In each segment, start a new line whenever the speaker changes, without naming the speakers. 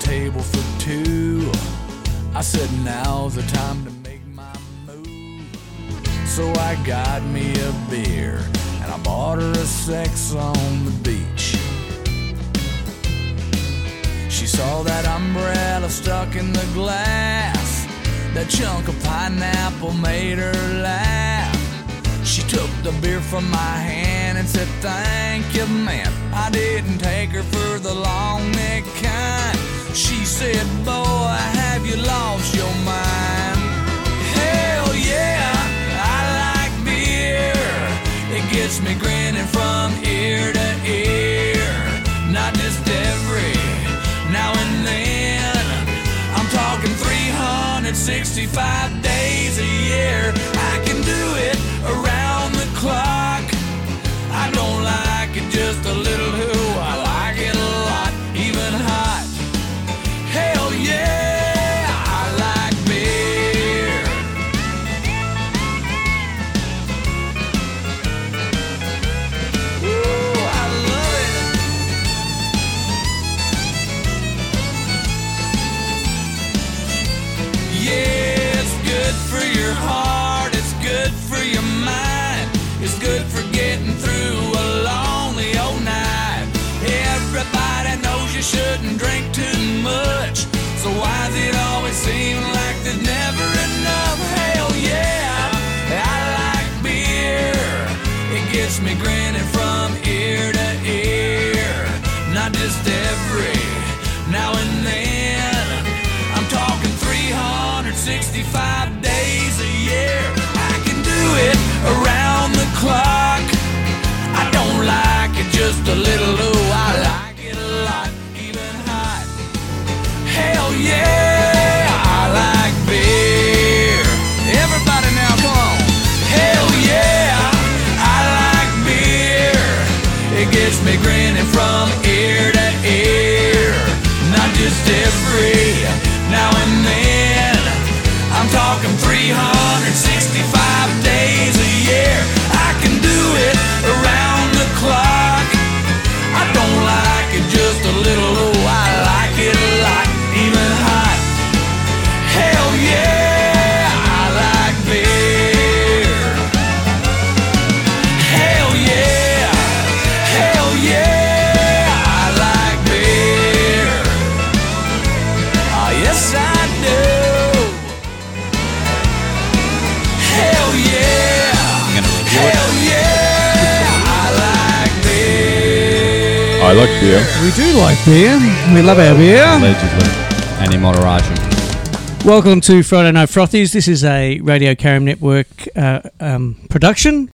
table for two. I said, now's the time to make my move. So I got me a beer and I bought her a sex on the beach. She saw that umbrella stuck in the glass. That chunk of pineapple made her laugh. She took the beer from my hand and said, Thank you, man. I didn't take her for the long neck kind. She said, Boy, have you lost your mind? Hell yeah, I like beer. It gets me grinning from ear to ear. Not just every now and then. I'm talking 365 days a year. I can do it around the clock. I don't like it just a little who. I like it a lot, even hot. Hell yeah, I like beer. Ooh, I love it. Yeah, it's good for your heart, it's good for your mind, it's good for getting through a lonely old night. Everybody knows you shouldn't drink too much, so why's it always seem like there's never enough? Hell yeah, I like beer. It gets me grinning from ear to ear, not just every now and then. I'm talking 365 days a year. I can do it around the clock. I don't like it just a little, ooh, I like it a lot, even hot. Hell yeah, I like beer. Everybody now, come on. Hell yeah, I like beer. It gets me grinning from ear to ear. Not just every now and then. I'm talking 365 days a year. I can do it around the clock. I don't like it just a little, oh, I like it a lot, even hot. Hell yeah, I like beer. Hell yeah, hell yeah, I like beer. Ah, yes, I do. Hell yeah,
I'm gonna review it.
hell yeah, I like beer.
I like beer.
We do like beer. We love our beer.
Allegedly. And immoderagem.
Welcome to Friday Night Frothies. This is a Radio Caram Network uh, um, production.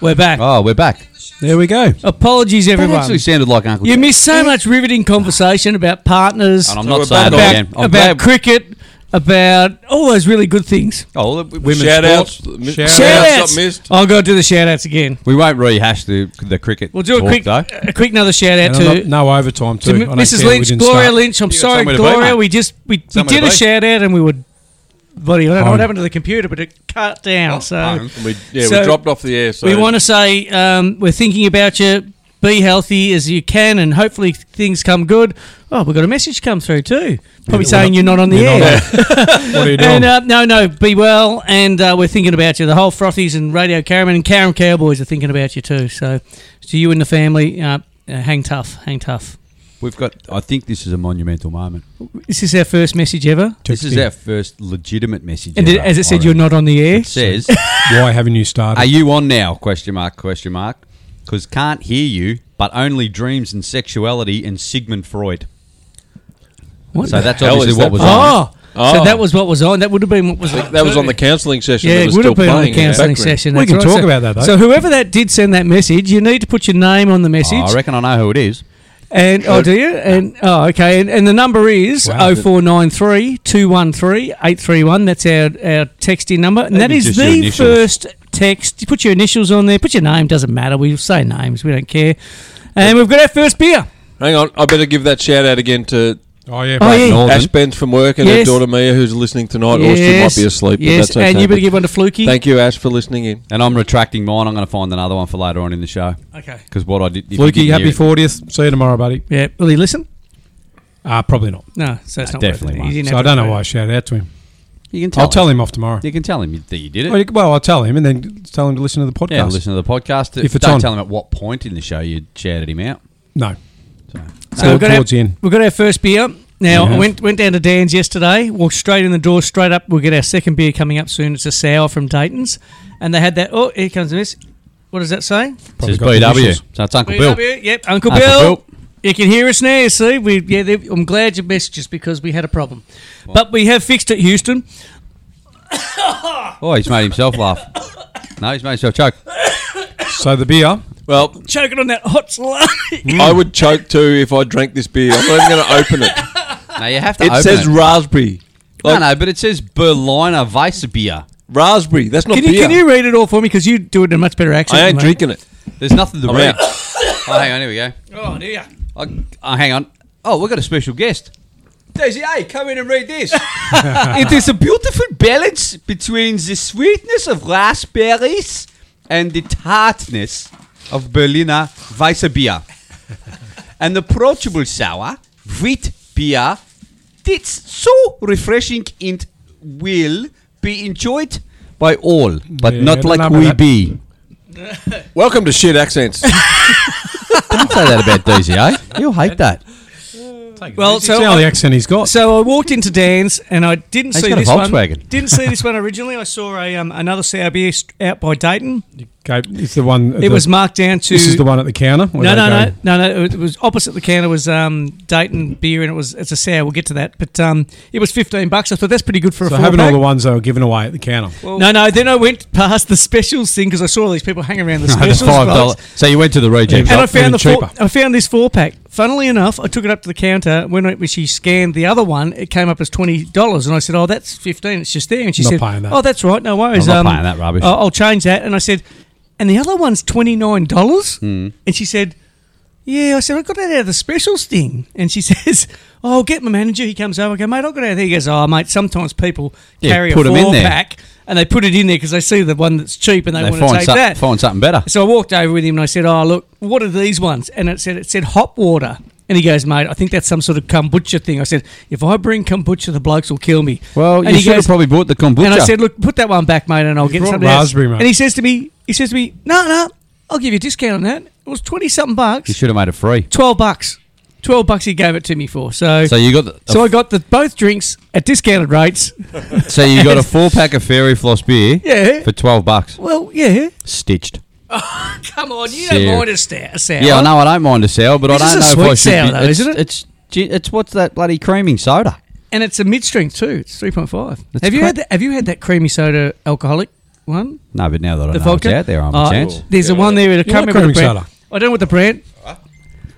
We're back.
Oh, we're back.
There we go.
Apologies,
That
everyone.
actually sounded like Uncle
You
Jack.
missed so much riveting conversation about partners,
And I'm
we're
not saying
back.
that
about,
again. I'm glad.
about cricket, about all those really good things.
oh, we,
Women's
Shout outs.
sports.
Mi-
Shout
shout
outs.
outs.
Shout-outs.
not missed.
I'll go do the shout outs again.
we won't rehash the the cricket.
We'll do a
talk,
quick,
though.
a quick another shout out
And
to,
I'm not- no overtime
to
too. I
M-
don't
Mrs.
care, we
Lynch,
didn't
Gloria
start.
Lynch. I'm
You got
sorry,
somewhere to be,
Gloria.
mate.
we just we, we
Somewhere
did
to
a
be.
shout out and we would bloody I don't know what
Home.
happened to the computer, but it cut
Oh,
down. so
We, yeah,
So-
we dropped off the air. So
we want to say um, we're thinking about you. Be healthy as you can, and hopefully things come good. Oh, we got a message come through too. Probably
we're
saying
not-
you're not on the
You're
air.
not on. what are you doing?
And uh, no, no, be well, and uh, we're thinking about you. The whole Frothies and Radio Caravan and Caram Cowboys are thinking about you too. So, to you and the family, uh, uh, hang tough, hang tough.
We've got. I think this is a monumental moment.
Is this our first message ever?
This is our first legitimate message.
And it-
ever,
as it
I
said, you're
reckon.
not on the air.
It says,
Why haven't you started?
"Are you on now?" Question mark. Question mark. Because can't hear you, but only dreams and sexuality and Sigmund Freud.
What?
So that's
hell
obviously
is
what
that?
was on.
oh, so
Oh.
that was what was on. That would have been what was on.
That was
too.
on the counselling session.
Yeah,
that
it
was
would have
still
been on the
playing in
counselling
background.
session.
We
that's
can
right.
talk
So-
about that, though.
So whoever that did send that message, you need to put your name on the message.
Oh, I reckon I know who it is.
And oh, do you? And oh, okay. And, and the number is
Wow.
oh four nine three two one three eight three one. That's our our texting number, and that
Maybe
is
just your
the
initials.
first text. You put your initials on there. Put your name. Doesn't matter. We say names. We don't care. And we've got our first beer.
Hang on, I better give that shout out again to
Oh yeah,
Oh,
Brad
yeah.
Northern.
Ash Ben's from work and
Yes.
her daughter Mia, who's listening tonight, or she
Yes,
might be asleep.
Yes,
but that's okay.
and you better give one to Fluky.
Thank you, Ash, for listening in.
And I'm retracting mine. I'm going to find another one for later on in the show.
okay.
Because what I did. if you
Lukey,
didn't
happy
hear it-
fortieth. See you tomorrow, buddy.
Yeah. Will he listen?
Uh, probably not.
No, so it's
No,
not worth
definitely
it.
won't.
He didn't
So I
have to
don't know
do
why I
it.
shouted out to him.
You can tell
I'll tell him off tomorrow.
You can tell him you- that you did it.
Well, you- Well, I'll tell him and then tell him to listen to the podcast.
yeah, listen to the podcast.
If it's
Don't
on.
tell him at what point in the show you shouted him out.
No,
So.
So we've
Still
got, our,
towards the end.
we've got our first beer. Now,
You
I
have.
went, went down to Dan's yesterday, walked straight in the door, straight up. We'll get our second beer coming up soon. It's a sour from Dayton's. And they had that. Oh, here comes this. What does that say?
It says
got the
BW.
initials.
So it's Uncle Bill.
BW, Yep, Uncle
Uncle
Bill.
Bill.
You can hear us now. You see, we yeah. they- I'm glad you messaged us because we had a problem, but we have fixed it, Houston.
Oh, he's made himself laugh. No, he's made himself choke.
So the beer.
Well,
Choking on that hot salami.
I would choke too if I drank this beer. I'm not even going to open it.
No, you have to
It
open
says
it.
raspberry.
no,
Like,
no, but it says Berliner Weissbier.
Raspberry. That's not
Can
beer.
you, can you read it all for me? Because you do it in a much better accent.
I
than
ain't
me.
drinking it.
There's nothing to
I'm
read.
out.
Oh, hang on, here we go.
Oh dear.
I, oh, hang on. Oh, we've got a special guest. Daisy, hey, come in and read this. it is a beautiful balance between the sweetness of raspberries and the tartness of Berliner Weissbier. An approachable sour, wheat beer that's so refreshing and will be enjoyed by all, but
Yeah, I
not
don't know
like
about
we
that.
be.
Welcome to shit accents.
Don't say that about Daisy, eh? You'll hate that.
Well,
See
so
how the
I,
accent he's got.
so I walked into Dan's and I didn't
He's
see
got a
this one.
Volkswagen.
Didn't see this one originally. I saw a um, another sour beer st- out by Dayton.
Okay, it's the one.
It was marked down to.
This is the one at the counter. where
No,
they
no,
go-
no, no, no. It was- It was opposite the counter was um, Dayton beer, and it was it's a sour. We'll get to that, but um, it was fifteen bucks. I thought that's pretty good for
So
a four
having all
pack.
the ones they were giving away at the counter.
no, no. Then I went past the specials thing because I saw all these people hanging around the
No,
specials.
it's five
box.
dollars. So you went to the reject
And I
shop.
even
found the four,
cheaper.
I found this four pack. Funnily enough, I took it up to the counter. When, I, when she scanned the other one, it came up as twenty dollars, and I said, "Oh, that's fifteen. It's just there." And she
Not
said,
paying that.
"Oh, that's right. No worries. Um,
I'm not paying that rubbish.
I'll, I'll change that." And I said, "And the other one's twenty nine dollars."
Hmm.
And she said, "Yeah." I said, "I got that out of the specials thing." And she says, "Oh, I'll get my manager." He comes over. I go, "Mate, I got it out of there." He goes, "Oh, mate. Sometimes people
Yeah,
carry
put
a
'em
four
in there.
pack." And they put it in there because they see the one that's cheap and they,
They
want to
find,
take
some-
that.
find something better.
So I walked over with him and I said, "Oh, look, what are these ones?" And it said it said hop water. And he goes, "Mate, I think that's some sort of kombucha thing." I said, "If I bring kombucha, the blokes will kill me."
Well,
and
you
he
should have
goes-
probably bought the kombucha.
And I said, "Look, put that one back, mate, and I'll get
brought
something
raspberry,
else."
mate.
And he says to me, he says to me, "No, no, I'll give you a discount on that. It was twenty something
you
bucks,
should have made it free.
twelve bucks, twelve bucks." He gave it to me for so.
So
So,
you got the, so,
I got the both drinks at discounted rates.
you got a four pack of Fairy Floss beer
Yeah.
for twelve bucks
well, yeah.
stitched.
Come on, you
Serious.
don't mind a sta- a sour.
Yeah, I know I don't mind a sour, but I
This
don't
is a
know if I
sweet
should.
sour
be,
though,
it's,
isn't it?
It's gee, it's what's that bloody creaming soda?
and it's a mid strength too. It's three point five.
That's
Have you
cra-
had that, Have you had that creamy soda alcoholic one?
No, but now that I
The
know
vodka
it's out there, I'm
Oh,
a chance.
There's a one there. I can't
like
remember the
creamy
brand.
soda?
I don't know what the brand.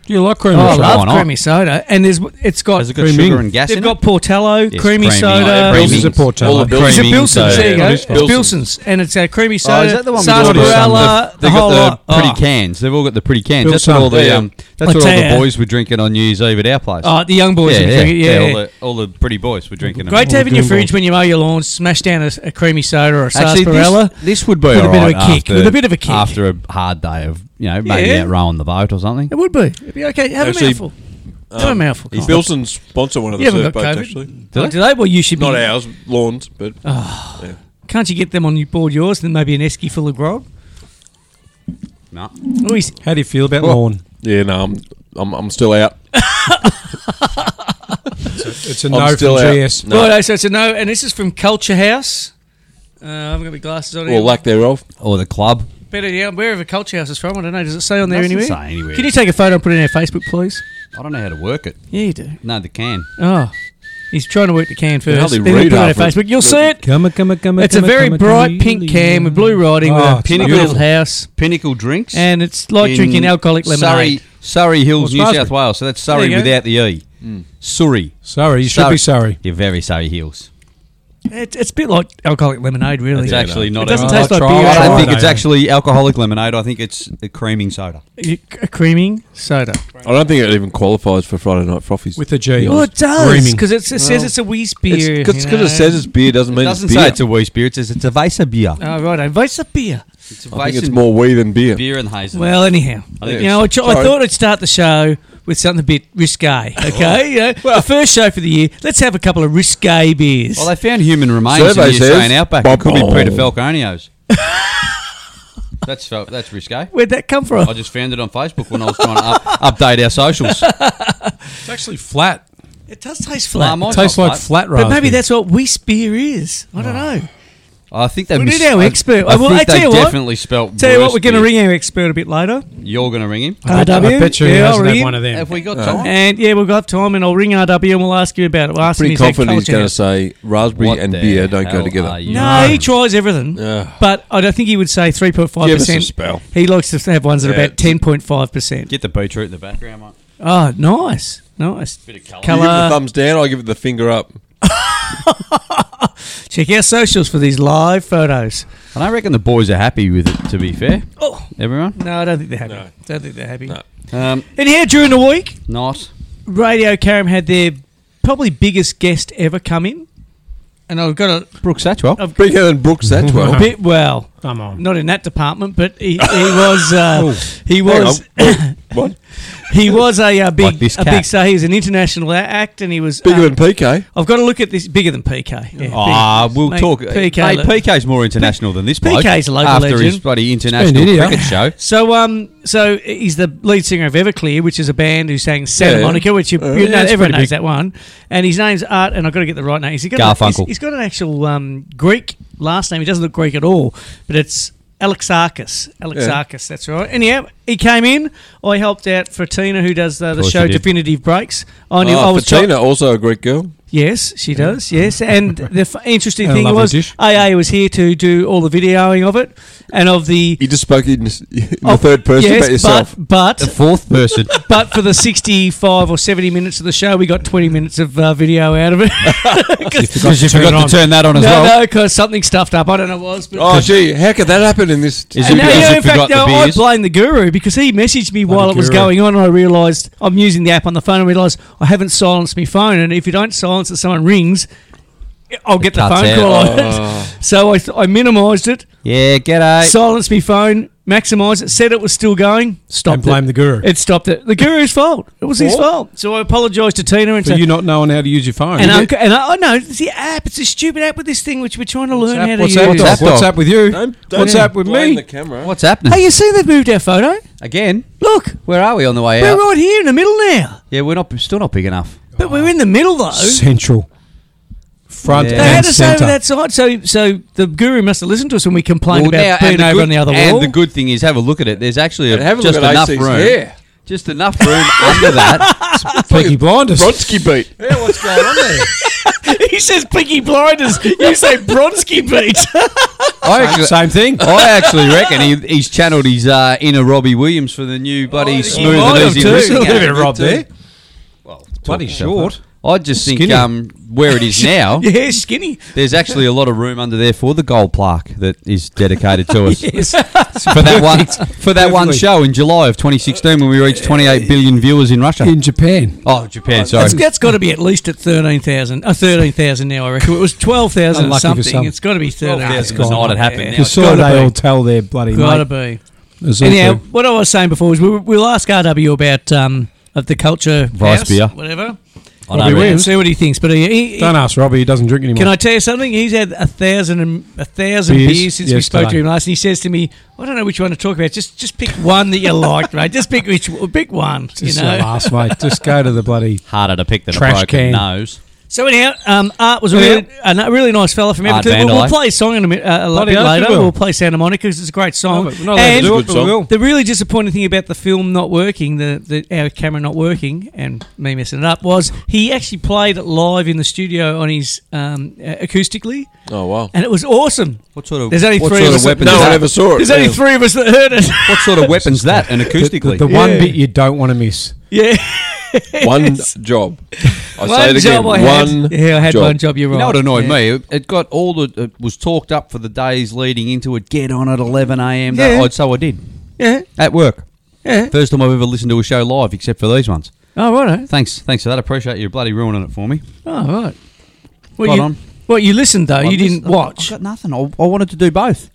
Do you like cream?
Oh,
Sure,
I
why
love
not?
creamy soda. And there's it's got.
Has it got
Creaming.
sugar and gas
they've
in
got
it?
Portello,
Yes,
creaming soda.
Bilson's
creaming.
is a Portello.
All the
Is
Bilson's.
it
creaming
Bilson's?
soda.
There you go.
Yeah,
It's
Bilson's.
Bilson's, and it's a creamy
Oh,
soda.
is that the one with um, the
sarsaparilla,
They've
the whole
got
lot.
the pretty
Oh.
cans. They've all got the pretty cans. That's what
Bilson.
all the
Yeah.
um, that's
I
what all
tell
the
ya.
boys were drinking on New Year's Eve at our place.
Oh, the young boys.
yeah,
would
yeah,
drink it,
yeah,
yeah.
all, the, all the pretty boys were drinking. them.
Great to have in your
Goombas.
fridge when you mow your lawn. Smash down a, a creamy soda or a
Actually,
sarsaparilla.
this, this would be
With a
all
bit of a
right
kick,
After,
with a bit of a kick.
after a hard day of you know maybe
Yeah.
out rowing the boat or something.
it would be. It'd be okay. Have
Actually, um,
a mouthful. have a mouthful. Carl.
Bilson's sponsor one of
You
the
haven't
surf
got
boats,
COVID.
actually.
Oh, do they? Well, you should be.
Not ours, lawns, but
Uh-huh. Can't you get them on your board yours? Then maybe an esky full of grog.
No,
Oh, he's,
How do you feel about
Well-
lawn?
yeah, no, I'm, I'm, I'm still out.
It's a
I'm
no
still
from
out.
GS.
No.
Righto, so it's a no, and this is from Culture House. Uh, I haven't got my glasses on.
Or lack thereof.
or the club.
Better yeah, wherever Culture House is from, I don't know. Does it say on there
Doesn't
anywhere?
say anywhere.
Can you take a photo and put it in our Facebook, please?
I don't know how to work it.
Yeah, you do.
No, the can.
Oh, he's trying to work the can first.
hardly
Then he'll
read
put it on our
half of it.
Facebook. You'll see it.
Come on, come on, come on.
It's a
come on,
very
come on,
bright
come
pink
on.
can with blue writing
Oh,
with a
it's
pink
beautiful.
little house,
Pinnacle drinks.
and it's like
in
drinking alcoholic lemonade.
Surrey, Surrey Hills, New
Well, Salisbury.
South Wales. So that's
There
Surrey
you go.
without the e. Surrey.
Sorry, you should be sorry.
You're very Surrey Hills.
It's, it's a bit like alcoholic lemonade, really.
It's actually not
It doesn't
alcohol.
taste like
Try
beer.
it.
I
at all.
don't
Right.
think it's actually alcoholic lemonade. I think it's a creaming soda.
You- c- creaming soda.
I don't think it even qualifies for Friday Night Frothies.
With a G.
Well, it does
Creaming.
because it says it's a wheeze beer.
Because
you know.
it says it's beer doesn't
It
mean
doesn't
it's beer.
say it's a wee beer. It says it's a Weisse beer.
Oh, right, a Weiss beer.
It's a
I think
Weissen
it's more wee than beer.
beer and hazel.
Well, anyhow,
I think
you know, I, ch- I
sorry.
thought I'd start the show with something a bit risque. Okay, you know, the first show for the year. Let's have a couple of risque beers.
well, they found human remains in
Survey
the
says-
Australian outback. It could be
Bubble.
Peter Falconio's. that's fel- that's risque.
Where'd that come from?
I just found it on Facebook when I was trying to up- update our socials.
It's actually flat.
It does taste
Nah,
flat,
mine's
tastes
not
like flat
but
raspberry.
maybe that's what Weiss beer is. I
Oh,
don't know.
I think they.
We need
mis-
our
I-
expert.
I,
Well,
think
I tell
they
you what-
definitely spelt.
Tell you what, we're going to
Wurstbier.
ring our expert a bit later.
You're going to ring him.
I bet, I
RW?
bet you he
Yeah, I'll
hasn't
ring.
had one of them.
Have we got time?
And yeah, we've got time, and I'll ring RW and we'll ask you about it. We'll ask him
Pretty
his egg
confident he's
culture.
going to say raspberry
What
and
the
beer don't
hell
go together.
are you?
No, he tries everything,
Ugh.
but I don't think he would say three point five
Give us
percent.
a spell.
He likes to have ones that
Yeah.
are about ten point five percent.
Get the beetroot in the background, mate.
Oh, nice, nice.
Bit of
You
colour.
give it the
Colour.
thumbs down, I give it the finger up.
Check our socials for these live photos.
And I reckon the boys are happy with it. To be fair,
Oh
everyone.
no, I don't think they're happy. Don't think they're happy.
No.
Um,
And here during the week,
not.
Radio Caram had their probably biggest guest ever come in, and I've got a
Brooke Satchwell.
I've
Bigger than Brooks, that's well.
bit well.
Come on.
Not in that department, but he, he was uh,
Oh.
he
Hang
was
on. What?
he was a, uh big
Like this
a
cat.
big star. He was an international a- act, and he was
Bigger
uh,
than PK.
I've got to look at this bigger than PK. Yeah,
Ah,
big-
we'll
mate,
talk.
PK.
hey,
look.
PK's more international than this bloke.
PK's a local
After his
legend.
bloody international
in here.
cricket show.
So um, so he's the lead singer of Everclear, which is a band who sang Santa
Yeah.
Monica, which you, you
yeah,
know,
it's
everyone
pretty
knows
big.
that one. And his name's Art, and I've got to get the right name. He's got a- he's-
Garfunkel.
he's got an actual um, Greek last name. He doesn't look Greek at all, but it's. Alexakis, Alexakis, that's right. Anyhow, he came in. I helped out Fratina, who does the, the
course
show
you did.
Definitive Breaks. I knew I
Ah,
was try-
Fatina, also a Greek girl.
Yes, she does. Yes, and the f- interesting
And a
thing
lovely
was
dish.
AA was here to do all the videoing of it and of the
You just spoke in, in
Oh,
the third person
yes,
about yourself.
But
The
but,
fourth person.
but for the sixty-five or seventy minutes of the show, we got twenty minutes of uh, video out of it.
Because you
Turn it
forgot
on.
to turn that on
no,
as well.
no, because something stuffed up. I don't know what it was. But
Oh, gee, how could that happen in this?
Is
And
it
now,
because
yeah,
you
in fact,
forgot the
no, I
beers?
blame the guru because he messaged me while it was
guru.
going on, and I realised I'm using the app on the phone. and realised I haven't silenced my phone, and if you don't silence it, someone rings. I'll get the
cuts
phone
out.
call. on it. So I, th- I minimised it,
Yeah, g'day.
silenced my phone, maximised it, said it was still going, stopped
And blame
it.
the guru.
It stopped it. The guru's fault. It was his
What?
fault. So I apologised to Tina and
For
to
you not knowing how to use your phone.
and Uncle and I, oh no, it's the app. It's a stupid app with this thing which we're trying to learn
What's
how
up- what's up,
to use.
What's
Doc?
that,
What's
Doc?
up with you?
Don't- don't
What's up with
blame
me?
The camera.
What's happening?
Hey, you see they've moved our photo?
Again?
Look,
Where are we on the way
we're
out?
right here in the middle now.
Yeah, we're not still not big enough.
But we're in the middle though.
Central. Front
Yeah.
They had
and
us over
center.
that side, so so the guru must have listened to us when we complained about being
and the
over
good-
on the other
and
wall.
the good thing is, have a look at it. There's actually a,
And have a look
just
at
enough
AC's
room.
hair.
Just enough room under that.
Peaky Blinders.
Brodsky beat.
Yeah, what's going on there?
he says Pinky Blinders. you say Bronsky beat.
I
Same-
actually,
Same thing.
I actually reckon he, he's channeled his uh, inner Robbie Williams for the new buddy smooth
Oh, might
and
have
easy
too.
listening
Little
app.
bit of Rob there.
Well,
Bloody
talk
short.
I just think
Skinny.
um, where it is now,
yeah, skinny.
there's actually a lot of room under there for the gold plaque that is dedicated to us
Yes.
for that one for that one
Perfectly.
show in July of 2016 when we reached 28 billion viewers in Russia.
In Japan.
oh, Japan, sorry.
That's, that's got to be at least at 13,000 uh, 13,000 now, I reckon. It was 12,000
Unlucky for
something.
some.
It's got to be
12,000
13,000.
was not it happened. Now
You
it's
saw
gotta
they
be.
all tell their bloody
Got to
mate.
be.
It was all
Anyhow,
good.
what I was saying before is we'll, we'll ask RW about um, of the culture
Vice
house,
beer.
whatever.
I know,
We'll
really.
see what he thinks. But he, he, he-
Don't ask Robbie. He doesn't drink anymore.
can I tell you something? He's had a thousand and a thousand
Beers
beers, since we spoke to
yesterday.
him last, and he says to me, "I don't know which one to talk about. Just just pick one that you like, mate. Just pick which pick one.
Just
you
you
know."
last mate. Just go to the bloody.
harder to pick than
Trash
a broken
can.
nose.
So anyhow, um, Art was a
Yeah.
really, a n- really nice fella from
Art
Everton. We'll, we'll
Vandelay.
play a song in a, mi- uh, a little
Bloody
bit
oath
later.
we will.
We'll play Santa Monica because it's a great song.
we're not allowed to
and
do
Good
it, but
song.
we will.
the really disappointing thing about the film not working, the, the our camera not working, and me messing it up, was he actually played it live in the studio on his um, uh, acoustically,
Oh, wow.
and it was awesome.
What sort of
There's only
what
three
sort
of
of
us-
weapons?
No
is
one
that?
ever saw it.
There's only
Yeah.
three of us that heard it.
What sort of weapons that and
The,
acoustically?
the one
Yeah.
bit you don't want to miss.
yeah,
One job. I say it again.
I
one
had. Yeah, I had
job.
one job. You're right.
You know what annoyed
Yeah.
me? It- It got all the it was talked up for the days leading into it. Get on at eleven a.m. that-
Yeah.
I'd- Oh, So I did
Yeah,
at work.
yeah.
First time I've ever listened to a show live, except for these ones.
Oh right.
Thanks, thanks for that. I appreciate you bloody ruining it for me.
Oh right. Well,
Right
you,
on.
well, you listened though.
I
you
just-
didn't
I-
watch.
I got nothing. I, I wanted to do both.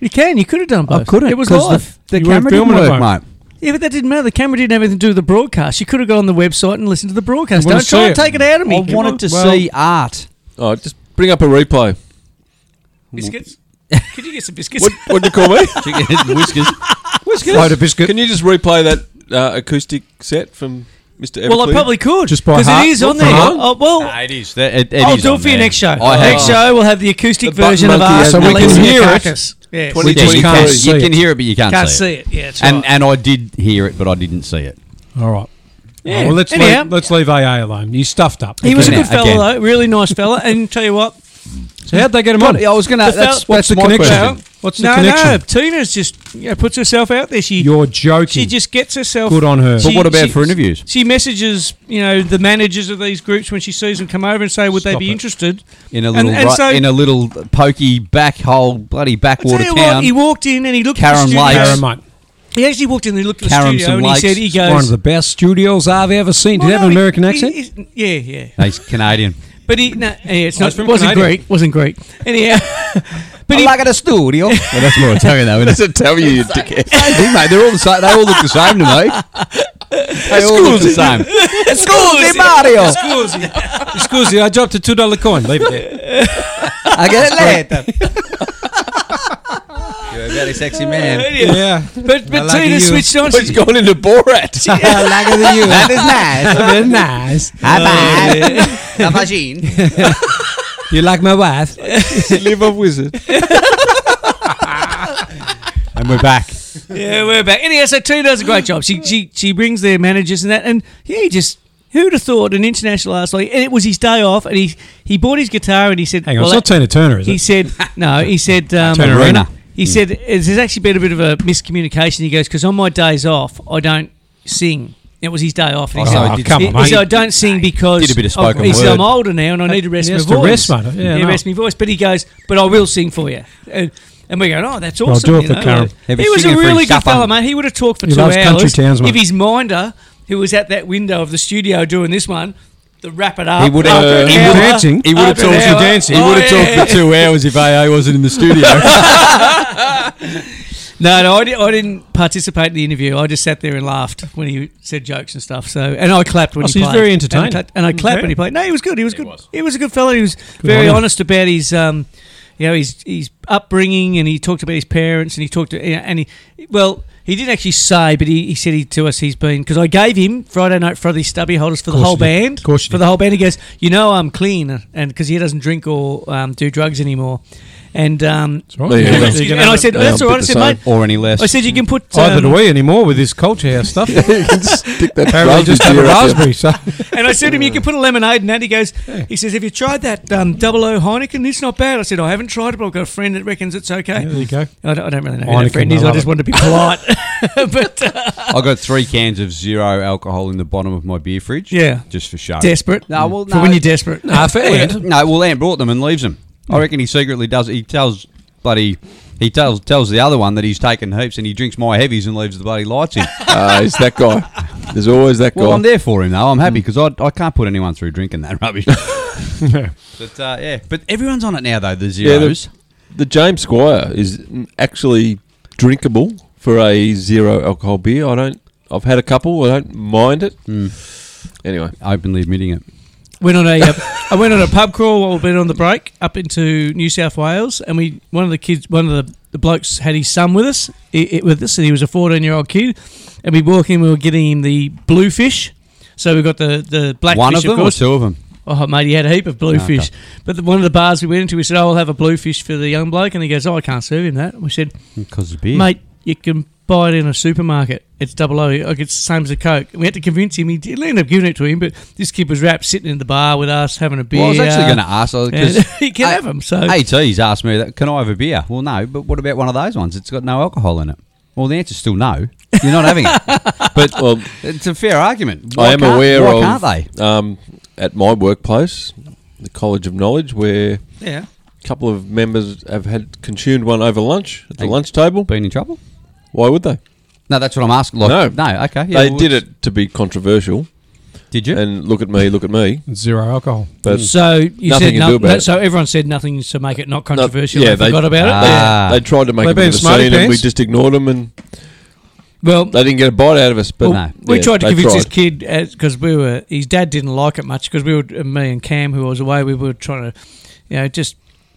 you can. You could have done both.
I couldn't.
It was
'cause
live.
The, the
You weren't
camera didn't
filming it,
work,
mate.
mate.
Yeah, but that didn't matter. The camera didn't have anything to do with the broadcast. You could have gone on the website and listened to the broadcast.
I wanna
Don't try
see
and
it.
take it out of me.
I
Come on.
wanted to
well-
see art.
Oh, just bring up a replay.
biscuits. Could you get some biscuits?
What what do you call me?
Chicken and whiskers.
Whiskers?
Load of biscuit.
Can you just replay that uh, acoustic set from Mr. Everclear?
Well, I probably could.
Just by
Because
heart?
it is on
Not
there.
from heart?
Oh, well,
it is. That- it- it
I'll
is
do
on
it for your
there.
next show.
I had-
next show, we'll have the acoustic
button
version of
monkey
ours.
has
So we
Release
can
the
hear it.
carcass. Yes.
Twenty-
We
just
did. You
can't
can,
see
you
it.
can hear it, but you can't,
Can't
see
see
it.
it. Yeah, it's
And
right.
and I did hear it, but I didn't see it.
All right.
Yeah.
well, let's
Anyhow.
leave, let's leave AA alone. You stuffed up.
He was a
Again.
good fella,
Again.
though. Really nice fella. And tell you what,
so how'd they get him on?
I was gonna.
The fel-
That's, that's
What's the
my
connection?
question.
What's the
no,
connection?
no, Tina's just you know, puts herself out there. She
You're joking.
she just gets herself.
Good on her.
But
She-
what about
she-
for interviews?
She messages, you know, the managers of these groups when she sees them come over and say, "Would they
Stop
be
it.
interested?"
In a
And-
little,
and
ru-
so-
in a little pokey back hole, bloody
I
backwater
tell you
town.
what, he walked in and he looked at
Karen
the studio.
Lakes.
Aaron Mutt.
He actually walked in and he looked at the
Karen
studio and he
Lakes.
said, "He goes."
One of the best studios I've ever seen. Did
Well,
he have
no,
an American
he-
accent?
he- he's- yeah, yeah.
No, he's Canadian.
But he, no, yeah, it's
Oh,
not,
he's from
wasn't
Canada.
Greek. Wasn't Greek. Anyhow, but
I
he,
like it a studio. well, that's more Italian, though. Isn't
That's a tell you, you dickhead.
it? Same thing, mate. They're all the same. They all look the same to me. They all look the same. Scusi, Mario.
Excuse me, I dropped a two dollar coin. Leave it there.
I get it later. You're a very sexy man.
Yeah,
but, but
like
Tina
you.
switched on.
He's gone into Borat.
Lighter than you. That is nice.
very nice.
Bye bye. La vagine.
You like my wife?
Live off wizard.
And we're back.
Yeah, we're back. Anyhow, so Tina does a great job. She she she brings their managers and that, and yeah, he just who'd have thought an international artist like, and it was his day off, and he he bought his guitar and he said,
Hang on,
well,
it's not
that-
Tina Turner, is
He
it?
said, no, he said, um,
Turner Arena.
He said, "It's- there's actually been a bit of a miscommunication. He goes, because on my days off, I don't sing. It was his day off. And he
Oh,
said,
come
on,
he- he
mate.
said, I don't sing because
Did a bit of spoken
he said,
word.
I'm older now and I need to rest
He
my
has to
voice.
rest, mate. Yeah, no.
rest my voice. But he goes, but I will sing for you. And, and we go, oh, that's awesome.
Well, do it
you
for
know.
Karen.
He
He'll be
was a
singing for
really good
himself,
fella,
um,
mate. He would have talked for
He
two
loves
hours.
country towns, mate.
if his minder, who was at that window of the studio doing this one, the wrap it up.
He would have-
after an
he
hour,
would
have dancing. He
would have
after an
talked to
hour.
dancing. He
Oh,
would have
yeah.
talked for two hours if AA wasn't in the studio.
No, no, I, di- I didn't participate in the interview. I just sat there and laughed when he said jokes and stuff. So, and I clapped when
Oh,
he
so
played.
he's very
And I
entertaining.
clapped- And I, clapped when
Yeah.
he played. No, he was good. He was good. He was, a good fellow. He was
on
very
him.
honest about his, um, you know, his his upbringing, and he talked about his parents, and he talked to, and he, well, he didn't actually say, but he, he said he, to us he's been because I gave him Friday night Friday stubby holders for the
Course
whole
you did.
band.
Course you
for
did.
the whole band. He goes, you know, I'm clean, and because he doesn't drink or um, do drugs anymore, and um,
That's right.
There you go.
You're gonna-
and I said,
Yeah,
that's
I'm
all right. I
a bit
said,
the
mate.
same.
or any less.
I said you can put
Either do
um,
we anymore with this culture house stuff.
you can stick that
Apparently, just have a raspberry. So
and I said to him, "You can put a lemonade in that." He goes, "He says, have you tried that um, Double O Heineken? It's not bad." I said, "I haven't tried it, but I've got a friend that reckons it's okay."
there you go.
I, don't, I don't really know who that
Heineken,
friend is.
I
I
love
just
it.
wanted to be polite, but uh,
I got three cans of zero alcohol in the bottom of my beer fridge.
Yeah.
just for show.
desperate.
No, well,
for
no,
when you're desperate.
Nah, for
Ant- no, well, Ant brought them and leaves them. I reckon he secretly does. He tells bloody. He tells tells the other one that he's taken heaps and he drinks my heavies and leaves the bloody lights in.
Ah, he's that guy. There's always that guy.
well, I'm there for him though. I'm
Hmm.
happy because I, I can't put anyone through drinking that rubbish. but uh, yeah, but everyone's on it now though. The
Yeah, the-
zeros.
The James Squire is actually drinkable for a zero alcohol beer. I don't. I've had a couple. I don't mind it. Anyway,
openly admitting it.
went on a uh, I went on a pub crawl while we've been on the break up into New South Wales, and we one of the kids, one of the, the blokes had his son with us, i i with us, and he was a fourteen year old kid, and we walked in, we were getting him the bluefish. So we got the the blackfish,
One of them or
course.
two of them.
Oh, mate, he had a heap of bluefish. But the, one of the bars we went into, we said, "Oh, I'll have a bluefish for the young bloke," and he goes, "Oh, I can't serve him that." And we said,
Because of beer.
"Mate, you can buy it in a supermarket. It's double O. Like it's the same as a Coke." And we had to convince him. He did end up giving it to him, but this kid was wrapped sitting in the bar with us having a beer.
well, I was actually going to ask uh,
and
because
he can have them. So
AT's asked me that. Can I have a beer? Well, no. But what about one of those ones? It's got no alcohol in it. Well, the answer's still no. You're not having it.
but well,
It's a fair argument.
I am
can't-
aware
why
of.
Can't they?
Um, at my workplace, the College of Knowledge, where
Yeah.
a couple of members have had consumed one over lunch at the
They-
lunch table.
Been in trouble?
Why would they?
No, that's what I'm asking. Like, no. No, okay. yeah,
they
well,
did it to be controversial
Did you?
and look at me, look at me.
Zero alcohol.
But
Mm.
So you
Nothing
said
you
no,
do about
no-
it.
So everyone said nothing to make it not
No,
controversial. yeah, they forgot about
They,
it.
Ah.
they tried to make
They've
a bit
been
of a scene,
smarty
and we
pants.
just ignored them, and
Well,
they didn't get a bite out of us. But
Well, Oh, No.
we
yeah,
tried to
they
convince this
tried.
kid because we were his dad didn't like it much because we were me and Cam who was away we were trying to you know just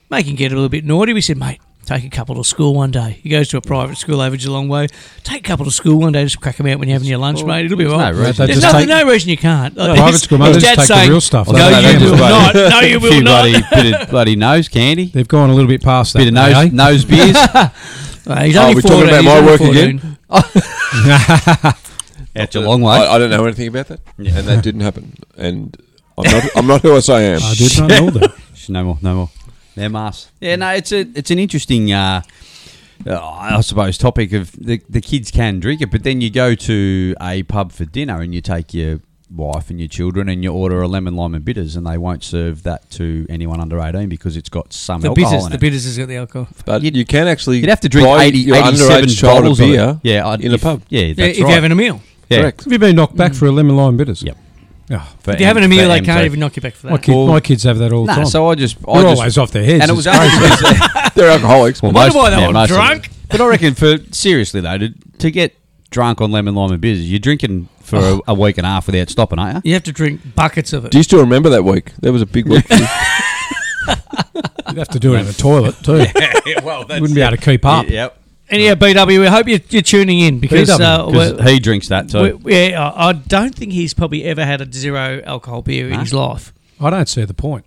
make him get a little bit naughty. We said, mate, take a couple to school one day. He goes to a private school over Geelong way. Take a couple to school one day. Just crack them out when you're having your lunch, mate. It'll be all
There's
right.
no reason.
They
There's
just
nothing,
take-
no reason you can't. Like,
Private
his-
school
his
mothers
dad's
take the
saying,
real stuff.
No,
They don't
you
have
will
to
not. No, you will
Few
not.
Bloody, bit of bloody nose candy.
They've gone a little bit past that.
Bit of nose,
eh?
nose beers.
Uh, he's
Are
only
we talking
14,
about
he's
my
only
work again?
14.
That's a long way.
I, I don't know anything about that, and that didn't happen. And I'm not, I'm not who I say I am.
I did not know that.
Sh- No more, no more. They're mass. Yeah, no, it's a it's an interesting, uh, uh, I suppose, topic of the the kids can drink it, but then you go to a pub for dinner and you take your wife and your children and you order a lemon lime and bitters, and they won't serve that to anyone under eighteen because it's got some
The
alcohol
bitters,
in
the
it.
bitters has got the alcohol.
But
You'd-
you can actually
You'd have to drink
buy
80,
your
87
underage child a
bottles of it.
beer.
yeah, I'd-
in a
if-
pub.
Yeah, that's
Yeah, if
right.
you're having a meal.
yeah.
Correct.
Have you been knocked back for a lemon lime bitters?
Yep.
Oh,
For
If you're having a
M-
meal,
for
they can't
MZ.
even knock you back for
my,
that.
kid,
Well,
my kids have that all the
Nah,
time.
so I just, I
They're
just
always off their heads.
and it
It's
was only because-
They're alcoholics.
Well,
but
wonder why they were
most of them.
drunk.
But I reckon for seriously though, to, to get drunk on lemon lime and bitters, you're drinking for
Oh.
a, a week and a half without stopping, aren't you?
You have to drink buckets of it.
do you still remember that week? That was a big week.
You'd have to do it in the toilet too.
well,
You wouldn't be able to keep up.
Yep.
Anyhow, BW, we hope you're, you're tuning in because
BW,
uh,
'Cause
we're-
he drinks that too.
we're- yeah, I I don't think he's probably ever had a zero alcohol beer in
No.
his life.
I don't see the point.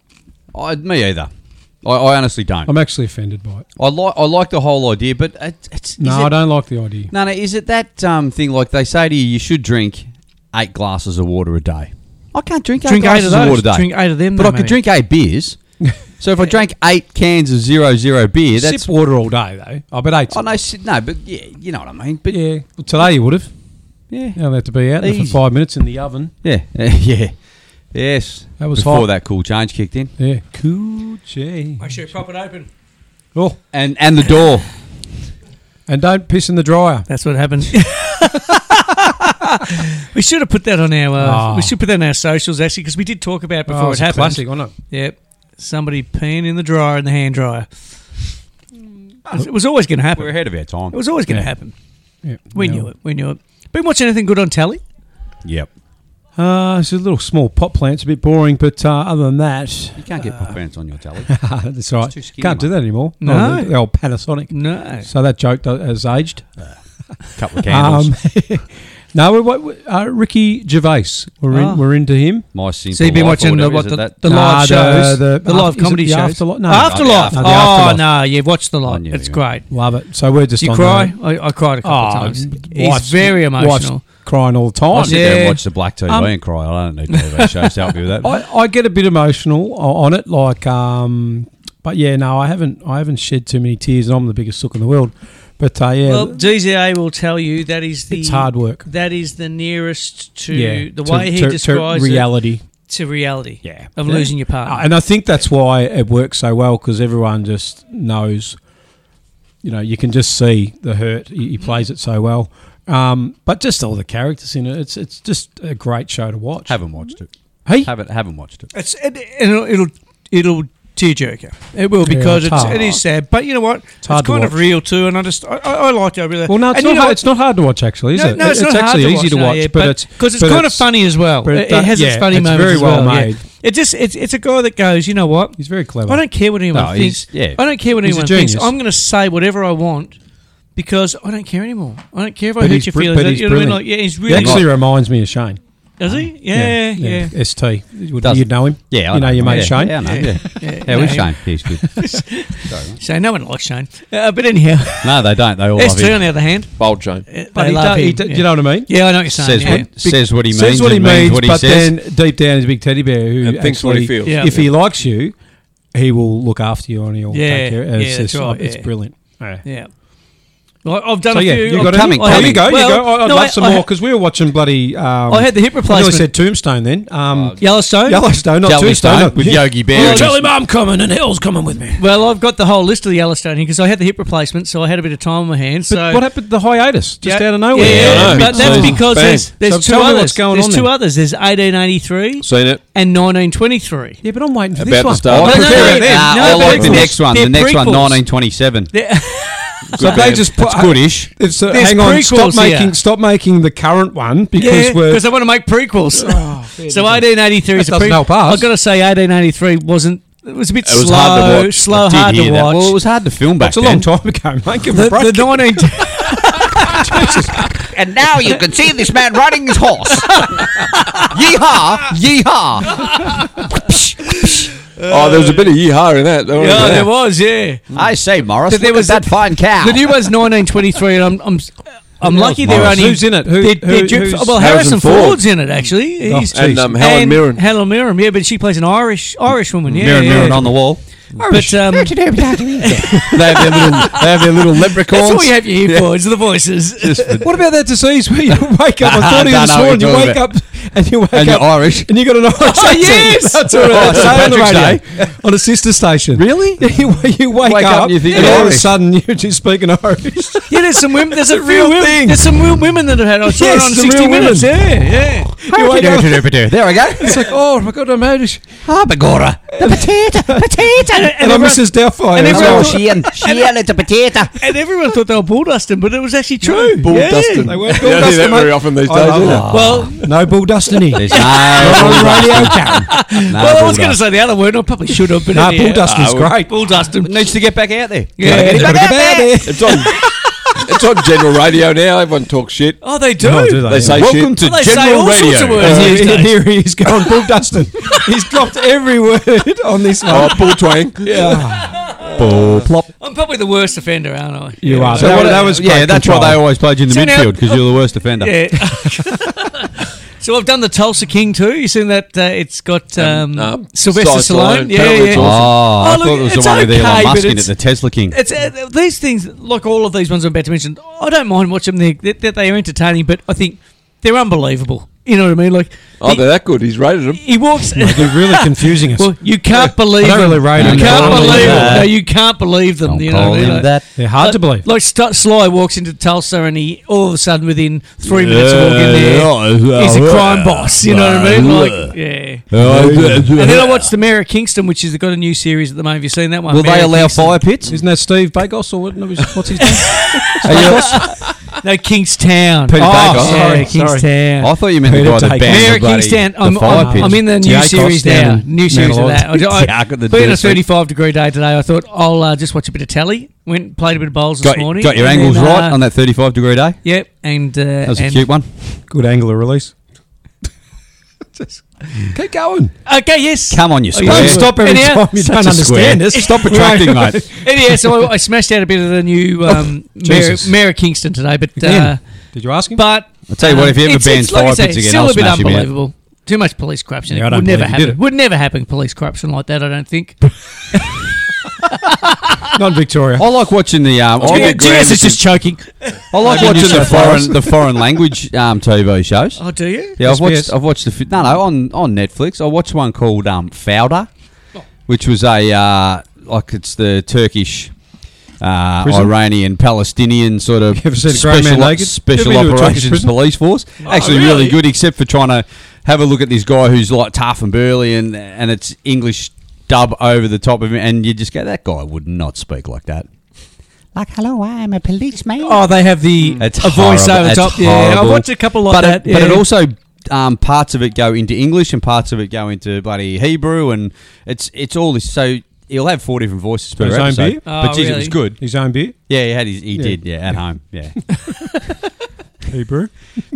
I, me either. I, I honestly don't.
I'm actually offended by it.
I like I like the whole idea, but it, it's
No,
is
I
it,
don't like the idea.
no, no. Is it that um, thing like they say to you, you should drink eight glasses of water a day? I can't drink eight
Drink eight
glasses
of those.
water a day.
Drink eight of them.
but
though,
I could
maybe.
drink eight beers. so if I drank eight cans of zero zero beer, that's
Sip water all day though. I bet eight.
Oh no, si- no, but yeah, you know what I mean. But yeah,
yeah. Well, today you would have. You
yeah,
don't have to be out there for
Easy.
five minutes in the oven.
yeah, yeah. yes.
That was
before
hot.
that cool change kicked in,
Yeah. Cool gee.
Make sure you prop it open.
Oh,
and and the door.
and don't piss in the dryer.
That's what happened. we should have put that on our. Uh,
Oh.
We should put that on our socials actually because we did talk about it before
oh,
it
it's a
happened.
classic, wasn't it?
Yep, somebody peeing in the dryer in the hand dryer. It was always going to
We're
happen.
ahead of our
It
time.
was always going to
Yeah.
happen.
Yeah.
We
yeah.
knew it. We knew it. Been watching anything good on telly?
Yep,
Uh, it's a little small pot plant's a bit boring, but uh, other than that,
you can't get pop
Uh.
fans on your telly.
that's all right.
too skinny,
Can't do
mate.
that anymore.
No.
Oh, the, the old Panasonic.
No.
So that joke do- has aged.
Couple of candles.
Um, no, we're, wa- we uh, Ricky Gervais. We're
Ah.
in, we're into him.
My single.
So you've been watching the, what, the, the live
Nah, the-
shows, the,
the-
live
is it
comedy
the
shows.
Afterlife? No,
afterlife.
no, the
oh
Afterlife.
no, you've watched the live.
knew
it's
you.
great.
Love it. So we're just.
Did you
on
cry?
the-
I, I cried a couple of
Oh,
times.
wife's-
He's very
wife's
emotional.
Crying all the
I
time.
sit there and
Yeah.
watch the black TV
Um,
and cry. I don't need TV shows to help me with that.
I, I get a bit emotional o- on it, like, um, but yeah, no, I haven't, I haven't shed too many tears, and I'm the biggest sook in the world. But uh, yeah,
Well, DZA will tell you that is the
it's hard work.
That is the nearest to
yeah,
the way he describes
reality.
it to reality
Yeah.
of
Yeah.
losing your
Uh,
partner.
and I think that's why it works so well because everyone just knows, you know, you can just see the hurt. He,
Mm.
he plays it so well. Um, but just all the characters in it, it's it's just a great show to watch.
haven't watched it.
hey,
Haven't haven't watched it.
It's it, it'll it'll it'll tearjerker. It will
Yeah,
because
it's
it's,
hard.
it is sad, but you know what? It's,
hard to
kind of
watch.
real too, and I just I, I, I liked it. I really
well, no, it's
and you
not,
know
hard,
what?
it's not hard to watch actually, is
no,
it?
no,
It-
it's,
it's
not hard
actually
to
easy to
no,
watch,
yeah,
but, it's
because it's
but
kind of funny as well.
but
It,
it
it
does-
has its
yeah,
funny
it's
moments
very
as
well
well. yeah.
made.
It just it's it's a guy that goes, you know what?
He's very clever.
I don't care what anyone
No, he's-
thinks.
yeah.
I don't care what
He's a
anyone thinks.
genius.
I'm going to say whatever I want because I don't care anymore. I don't care if I
But
hurt
he's
your
br-
feelings.
but he's
you know what I mean? Like,
brilliant.
yeah, he's
He
really
actually reminds me of Shane.
does he? Yeah, yeah.
St. You
Does-
would know him.
Yeah, I
you know your mate
yeah,
Shane.
Yeah, I know, yeah.
yeah.
yeah, we're
No,
Shane. He's good.
So no one likes Shane, uh, but anyhow,
No, they don't. They all love
S2 on
him.
the other hand,
Bold Jane.
uh,
But
they
he
love
do- he
him,
do-
yeah.
you know what I mean?
yeah, I know what you're saying.
Says
yeah.
what says what he means.
says what he
and
means,
what he
but
says.
then deep down he's a big teddy bear who
And thinks what he
actually-
feels.
Yeah.
If he likes you, he will look after you and he'll
Yeah,
take care.
yeah,
It's,
that's
just-
right,
it's
yeah.
brilliant.
yeah. I- I've done
So
a
yeah,
few.
you
I've
got
coming,
coming, oh,
coming.
you go,
Well,
you go. I, I'd
no,
love
I-
some
I-
more because we were watching bloody. Um,
I had the hip
I nearly
replacement. Oh,
said Tombstone then. Um,
Yellowstone.
Yellowstone, not Tombstone.
Yellowstone
not-
with
Yeah.
Yogi Bear. and his-
him um, I'm coming and Hell's coming with me.
Well, I've got the whole list of the Yellowstone here because I had the hip replacement, so I had a bit of time on my hands.
But
So
what happened? The hiatus just
Yeah.
out of nowhere.
Yeah,
I know.
but that's
Mid-season.
because
Bang.
there's, there's
So
two
tell me
others.
what's going
there's
on
two
then.
others. There's 1883
Seen it.
and 1923.
Yeah, but I'm waiting for
About
this
to
one.
start.
I'm
No, no,
preparing
no,
it then.
Ah,
No,
I
but
like the
it's-
next one. The
they're
next one,
prequels.
1927.
They're-
So
Good
they
band.
just put.
That's goodish.
It's, uh,
There's
hang on, stop
prequels here.
making stop making the current one because
yeah,
we're
because I want to make prequels. so 1883 is
That
a
doesn't
prequel.
help us.
I've got to say 1883 wasn't. It was a bit
It was
slow,
hard to watch.
slow,
I did
hard
hear
to
that.
watch.
Well, it was hard to film back
it's a long time ago, mate. Give
the,
a break.
the 19
And now you can see this man riding his horse. yeehaw, yeehaw.
Oh, there was a bit of yeehaw in that.
yeah, there was, yeah.
I say, Morris,
But there
look at
was
that fine cow.
The new one's 1923, and I'm. I'm I'm lucky they're
Morris?
only.
Who's in it? Who-
they're, they're
who-
due-
who's-
well,
Harrison
Harrison,
Ford.
Ford's in it actually.
Oh,
He's-
And um, Helen
and
Mirren.
Helen Mirren, yeah, but she plays an Irish Irish woman. Yeah,
mirror,
yeah.
mirror on the wall.
But um,
They have their little, they have their little leprechauns.
that's all you have your ear for is the voices.
What about that disease where you wake up? I thought of you
I
this
know
morning.
what
You
you're
wake up and you wake
and you're
up
Irish.
and you got an Irish accent.
yes!
That's all right.
Oh,
Say on the
Patrick's
radio on a sister station.
Really?
you, you wake,
Wake up
up,
and you think
and
you're
all of a
Irish.
sudden you're just speaking Irish.
yeah, there's some women. There's a
real
real women,
thing.
There's some real women that have had. I saw
Yes,
it on
the
60
real women.
Minutes. Yeah, yeah.
you wake up,
there we go.
it's like, oh my god, I'm Irish.
Ah, begorra. The potato, potato.
And,
And,
everyone,
I'm Mrs. Doubtfire.
and
as
everyone-
Oh,
well.
Sheehan, Sheehan, it's a potato.
and everyone thought they were bull dusting, but it was actually true.
Bull
yeah.
dusting.
They weren't
You don't see
bulldusting,
that
mate.
very often these days,
I love
do
that.
you?
Well,
No bull dustiny.
There's
Not
no
on
bull
radio,
dust.
Karen.
No
well, I
bull
was going to
dust.
say the other word. I probably should have been.
Nah, bull dusting's great.
Bull dusting.
Needs to get back out there.
Yeah.
Gotta get
Gotta
back out there.
It's on. It's on general radio now. Everyone talks shit.
Oh, they do.
Oh, do
They say
Welcome
shit.
to
Well, they say
General
all sorts
Radio.
of words.
And
Uh,
here,
these days.
here he is going bull dusting. He's dropped every word on this one.
oh, bull twang.
Ah,
Yeah,
I'm probably the worst offender, aren't I?
you are.
So
that,
what-
that was
yeah,
great
that's why
control.
they always played you in the
So now-
midfield because you're the worst defender.
Yeah. so I've done the Tulsa King too. You seen that? Uh, it's got um,
uh,
um,
Sylvester
Sy Stallone.
Stallone. Yeah,
Apparently
yeah.
it's awesome.
Oh, I
Oh, look,
thought it was the
it's
one with Elon
okay, but
Musk in it,
it's-
the Tesla King.
It's uh, these things, like all of these ones I'm about to mention. I don't mind watching them. They're, they're, they're entertaining, but I think they're unbelievable. You know what I mean? Like
Oh,
he,
they're that good. He's rated them.
he walks.
They're really confusing us.
well, you can't believe
I don't
them.
really rate them.
You can't
Don't call
believe
him
them.
uh,
that.
No, you can't believe them.
Don't
you know
call
what I mean?
him
Like-
that.
They're hard
like,
to believe.
Like St- Sly walks into Tulsa and he all of a sudden within three minutes of
Uh,
walking
Oh,
there, he's a crime boss. You know what I mean? Like, yeah.
uh,
And then I watched The Mayor of Kingston, which has got a new series at the moment. Have you seen that one?
Will
Mayor
they
of
allow
Kingston.
fire pits?
Isn't that Steve Bagos or what? no, he's- what's his name?
No, Kingstown.
Peter
oh,
Dacos.
sorry,
Sorry, sorry.
Kingstown.
I thought you meant the
Peter
guy that
Dacos.
banned
Mayor of
the bloody-
Kingstown.
the
I'm,
fire
I'm,
pits.
I'm in the new
Diacos
series
down
now.
in
New series of
Mount
that. I, I,
Diaco the
being a
district.
35 degree day today, I thought I'll uh, just watch a bit of telly. Went and played a bit of bowls
Got,
this morning.
got your
and
angles
then,
right
uh,
on that 35 degree day.
Yep, and uh,
That was a
and
cute one.
Good angle of release. Just keep going.
Okay, yes.
Come on, you
Oh, Don't
square.
stop every
Anyhow,
time you
Such
don't
a
understand
square.
this.
Stop retracting, mate.
Anyhow, so I, I smashed out a bit of the new um, Mayor,
Jesus.
Mayor of Kingston today, but uh,
Again. Did you ask him?
but
I'll tell you what, if he ever
it's- it's
bans
like I
fire
say,
pits
it's
again,
still
I'll
a bit
smash him out.
unbelievable. Too much police corruption.
Yeah, I
it
don't
would never
believe you did
happen.
it.
Would never happen. Police corruption like that. I don't think.
not in Victoria.
I like watching the. Um, I,
Yeah,
like
Graham
GS is
is
just choking.
I like
New
watching the
South Wales.
foreign the foreign language um, TV shows.
Oh, do you?
Yeah, I've
SBS.
watched. I've watched the. fi- No, no, on on Netflix, I watched one called um, Fouda,
Oh.
which was a uh, like it's the Turkish, uh,
Prison?
Iranian, Palestinian sort of
You ever seen a grown man naked?
special
You ever been to a Turkish
operations
prison? Oh,
police force. Actually, really? good, except for trying to have a look at this guy who's like tough and burly, and and it's English dub over the top of him, and you just go, that guy would not speak like that.
Like, hello, I am a policeman.
Oh, they have the
Mm. It's
a voice
horrible.
over
It's
top. Yeah, I've
horrible.
watched a couple like
but
that.
It, But it
yeah.
also um, parts of it go into English and parts of it go into bloody Hebrew, and it's it's all this. So he'll have four different voices per
His own
episode.
beer?
But
Oh,
geez, it
really?
was good.
His own beer,
Yeah, he had his, he
Yeah.
did. Yeah, at home. Yeah,
Hebrew.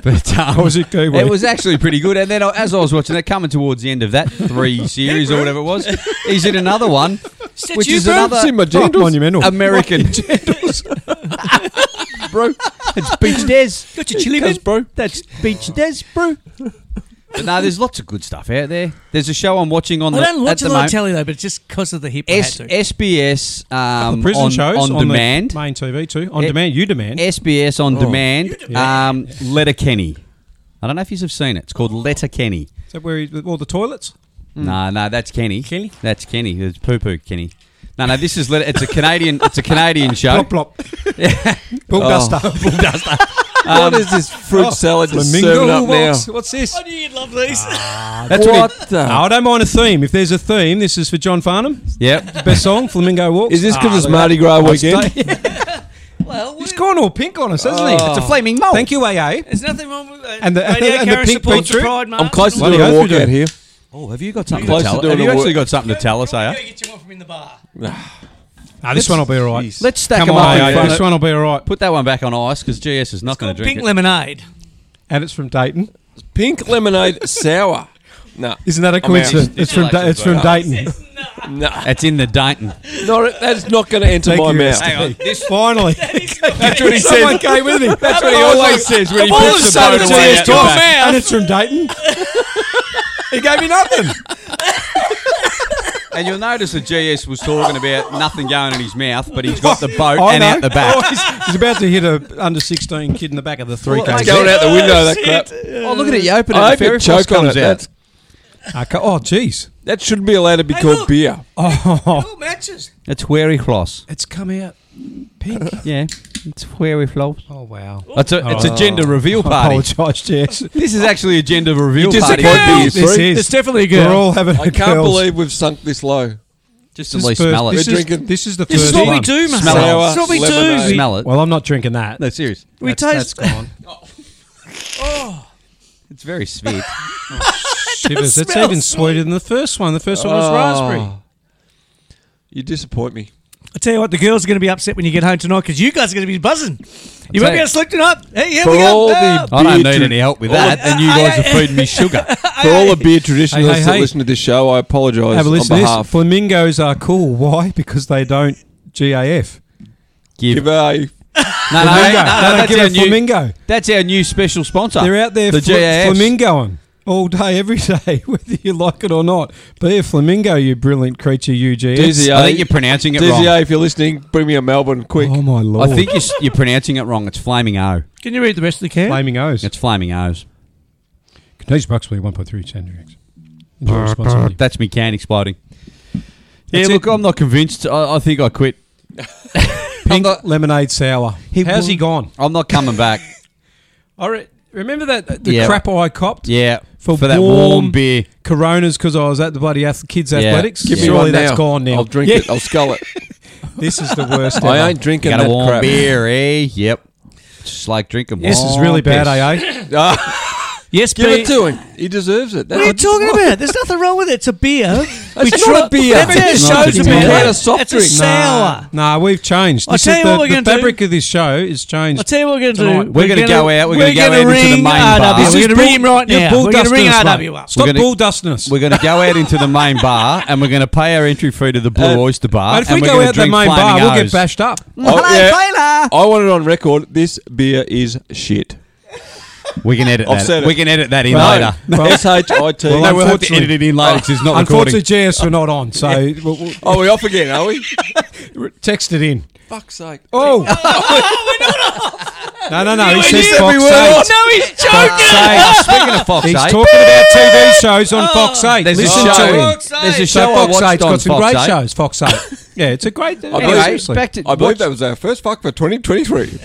but um,
Or was it Kiwi?
It was actually pretty good. And then I- as I was watching it, coming towards the end of that three series or whatever it was, he's in another one,
that
which
you,
is
bro?
another Oh,
See my genitals? monumental.
American. bro, it's Beach Des.
got your chili.
bro. That's Beach Des, bro. now there's lots of good stuff out there. There's a show I'm watching on
I
the
don't
at
watch
the
a lot of
moment.
telly though, but just because of the hip. I had
S-
to.
SBS um,
prison
on,
shows
on,
the
demand.
main TV too. On
It-
demand, you demand.
SBS on demand.
Yeah.
Um, Letter Kenny. I don't know if you've seen it. It's called Letter Kenny.
Is that where he, all the toilets?
No, no, that's Kenny.
Kenny?
That's Kenny. It's poo poo Kenny. No, no, this is letter. It's a Canadian. It's a Canadian show.
Plop plop. Bull duster. Bull duster.
Um,
what is this fruit
Oh,
salad just serving
Flamingo
up now?
walks. What's this?
I knew you'd love these.
That's what.
What the?
No, I don't mind a theme. If there's a theme, this is for John Farnham.
Yep.
Best song, Flamingo Walks.
Is this because
Ah,
it's
look
Mardi Gras
at that.
weekend?
well,
He's gone all pink on us, hasn't he?
It's a flaming mole.
Thank you, AA.
there's nothing wrong with that.
And the-
Radio
and the
Karen
pink
supports
pink
Pride Month.
I'm close to
Bloody
doing a
oath we
walkout
do.
here.
Oh, have you got something
Close
to
to
tell?
doing
Have you
the
actually
work.
got something to tell us,
Go
eh?
get you one from in the bar.
Ah, this one will be all right.
Jeez.
Let's stack
Come
them up.
on,
in
AA.
front
This
of-
one will be all right.
Put that one back on ice because GS is not going to drink
Pink
it.
lemonade.
And it's from Dayton.
Pink lemonade sour. No,
Isn't that a
I'm out.
coincidence? It's from Da- it's from Dayton.
no,
It's in the Dayton.
not, that's not going to enter
Thank
my
you.
mouth.
Hang on. This
Finally,
That's what he
someone
says.
came with him.
That's what he always says when he
All of a
puts the
sudden,
boat
it's
away.
his
out the
top
back.
and it's from Dayton. he gave me nothing.
And you'll notice that GS was talking about nothing going in his mouth, but he's got the boat
I
and
know.
out the back.
Oh, he's, he's about to hit a under sixteen kid in the back of the three.
Well,
Well,
It's
Thank
going
you.
out the window, that crap.
Oh, look at it. You open it,
I
the
hope
fairy
it
floss
choke on
comes
it.
out.
That's,
oh, jeez.
that shouldn't be allowed to be called
look.
beer.
Oh, matches.
It's wary floss.
It's come out pink.
Yeah, it's wary floss.
oh wow.
It's a, it's a gender reveal
I
party.
apologise, Jess.
This is actually a gender reveal party.
disappointed me.
This
three?
is.
It's definitely a
We're
girl.
all having.
I can't believe we've sunk this low.
Just at
This,
least
first-
smell
this
it.
We're
is,
drinking-
this is the
This
first
is what we
one.
do, mate.
Smell it.
This is what we do.
Lemonade.
We-
Smell it.
Well, I'm not drinking that.
No, serious.
We
That's-
taste.
that's gone.
It's very sweet.
Shivers. It's
smell
even
sweet.
sweeter than the first one. The first one was
Oh.
raspberry.
You disappoint me.
I tell you what, the girls are going to be upset when you get home tonight because you guys are going to be buzzing. You
tell
won't be
you-
able to sleep tonight. Hey, here
For
we go.
all
Ah.
the-
I don't
Beer
need
to-
any help with that.
Oh,
and you
I-
guys
I-
are feeding me sugar.
For all the beer traditionalists
hey, hey.
that listen to this show, I apologise
Have a
on
listen to this.
behalf.
Flamingos are cool. Why? Because they don't GAF.
Give a
No, no, no, no,
Flamingo. They don't
that's,
give
our
a
new,
flamingo.
that's our new special sponsor.
They're out there
the
fl-
JAFs.
flamingoing all day, every day, whether you like it or not. Be a flamingo, you brilliant creature, you GS.
DZA.
I think you're pronouncing it wrong.
DZA, if you're listening, bring me a Melbourne quick.
Oh my lord!
I think you're, s- you're pronouncing it wrong. It's Flaming O.
Can you read the rest of the can?
flaming O's.
It's Flaming O's.
Canadian approximately one point three centimeters. Enjoy responsibly.
That's me can exploding. Yeah,
That's
look,
it.
I'm not convinced. I, I think I quit.
Pink
not-
lemonade sour. How's he gone?
I'm not coming back.
I re- remember that the
Yeah.
crap I copped.
Yeah,
For
for, that warm
warm-
beer.
Coronas because I was at the bloody ath- kids
Yeah.
athletics.
Give me
Surely
one
that's
now.
gone now.
I'll drink
Yeah.
it. I'll scull it.
This is the worst. ever.
I ain't drinking
Got a
that
warm
crap.
beer, eh? Yep. Just like drinking.
This is
warm
really Oh, bad, eh?
piss.
AA.
Ah,
Yes,
give
Pete.
it to him. He deserves it.
What are you talking about? There's nothing wrong with it. It's a beer. we
not
try-
a beer.
That's how
It's
not
the show's
a beer.
about.
It's not
a soft
it's
drink.
a sour.
eh? Nah, nah, we've changed.
I'll
This
tell
is
you
the,
what we're
the
gonna do.
fabric of this show is changed.
I'll tell you what we're going to
Tonight.
do.
We're gonna
gonna-
go out, we're gonna go out into the
ring
main bar.
RW.
This
We're
is
going to ring him
bull-
right
you're
now.
bull
We're going to
dusting
ring
us, mate.
RW up.
Stop
We're gonna-
bull dusting us.
We're going to go out into the main bar and we're going to pay our entry fee to the Blue
Uh,
Oyster Bar.
But if we
and we're
go
gonna
out the main
drink
bar,
Flaming
we'll get
O's.
bashed up.
Oh,
Taylor.
I want it on record. This beer is shit.
We can edit
I've
that.
said it.
We can edit that in
Well,
later.
Well-
S H I T.
No,
Well,
we'll have to
unfortunately-
edit it in later 'cause it's not
Unfortunately,
recording.
GS, we're not on, so we'll, we'll
Oh, we off again, are we?
text it in.
Fuck's sake.
Oh, no, no, no. He
knew
says
we
Fox
were on.
8.
No, he's joking.
Say- Speaking of Fox eh?
He's
8,
talking about TV shows on Fox 8.
Oh, there's a
Listen
show.
to him.
Fox
There's a
eight.
show
So
I
Fox
watched
8's
on
got some
Fox
great
8.
shows. Fox 8. Yeah, it's a great.
believe-
Anyway,
seriously.
back to
I
watch-
believe that was our first fuck for 2023.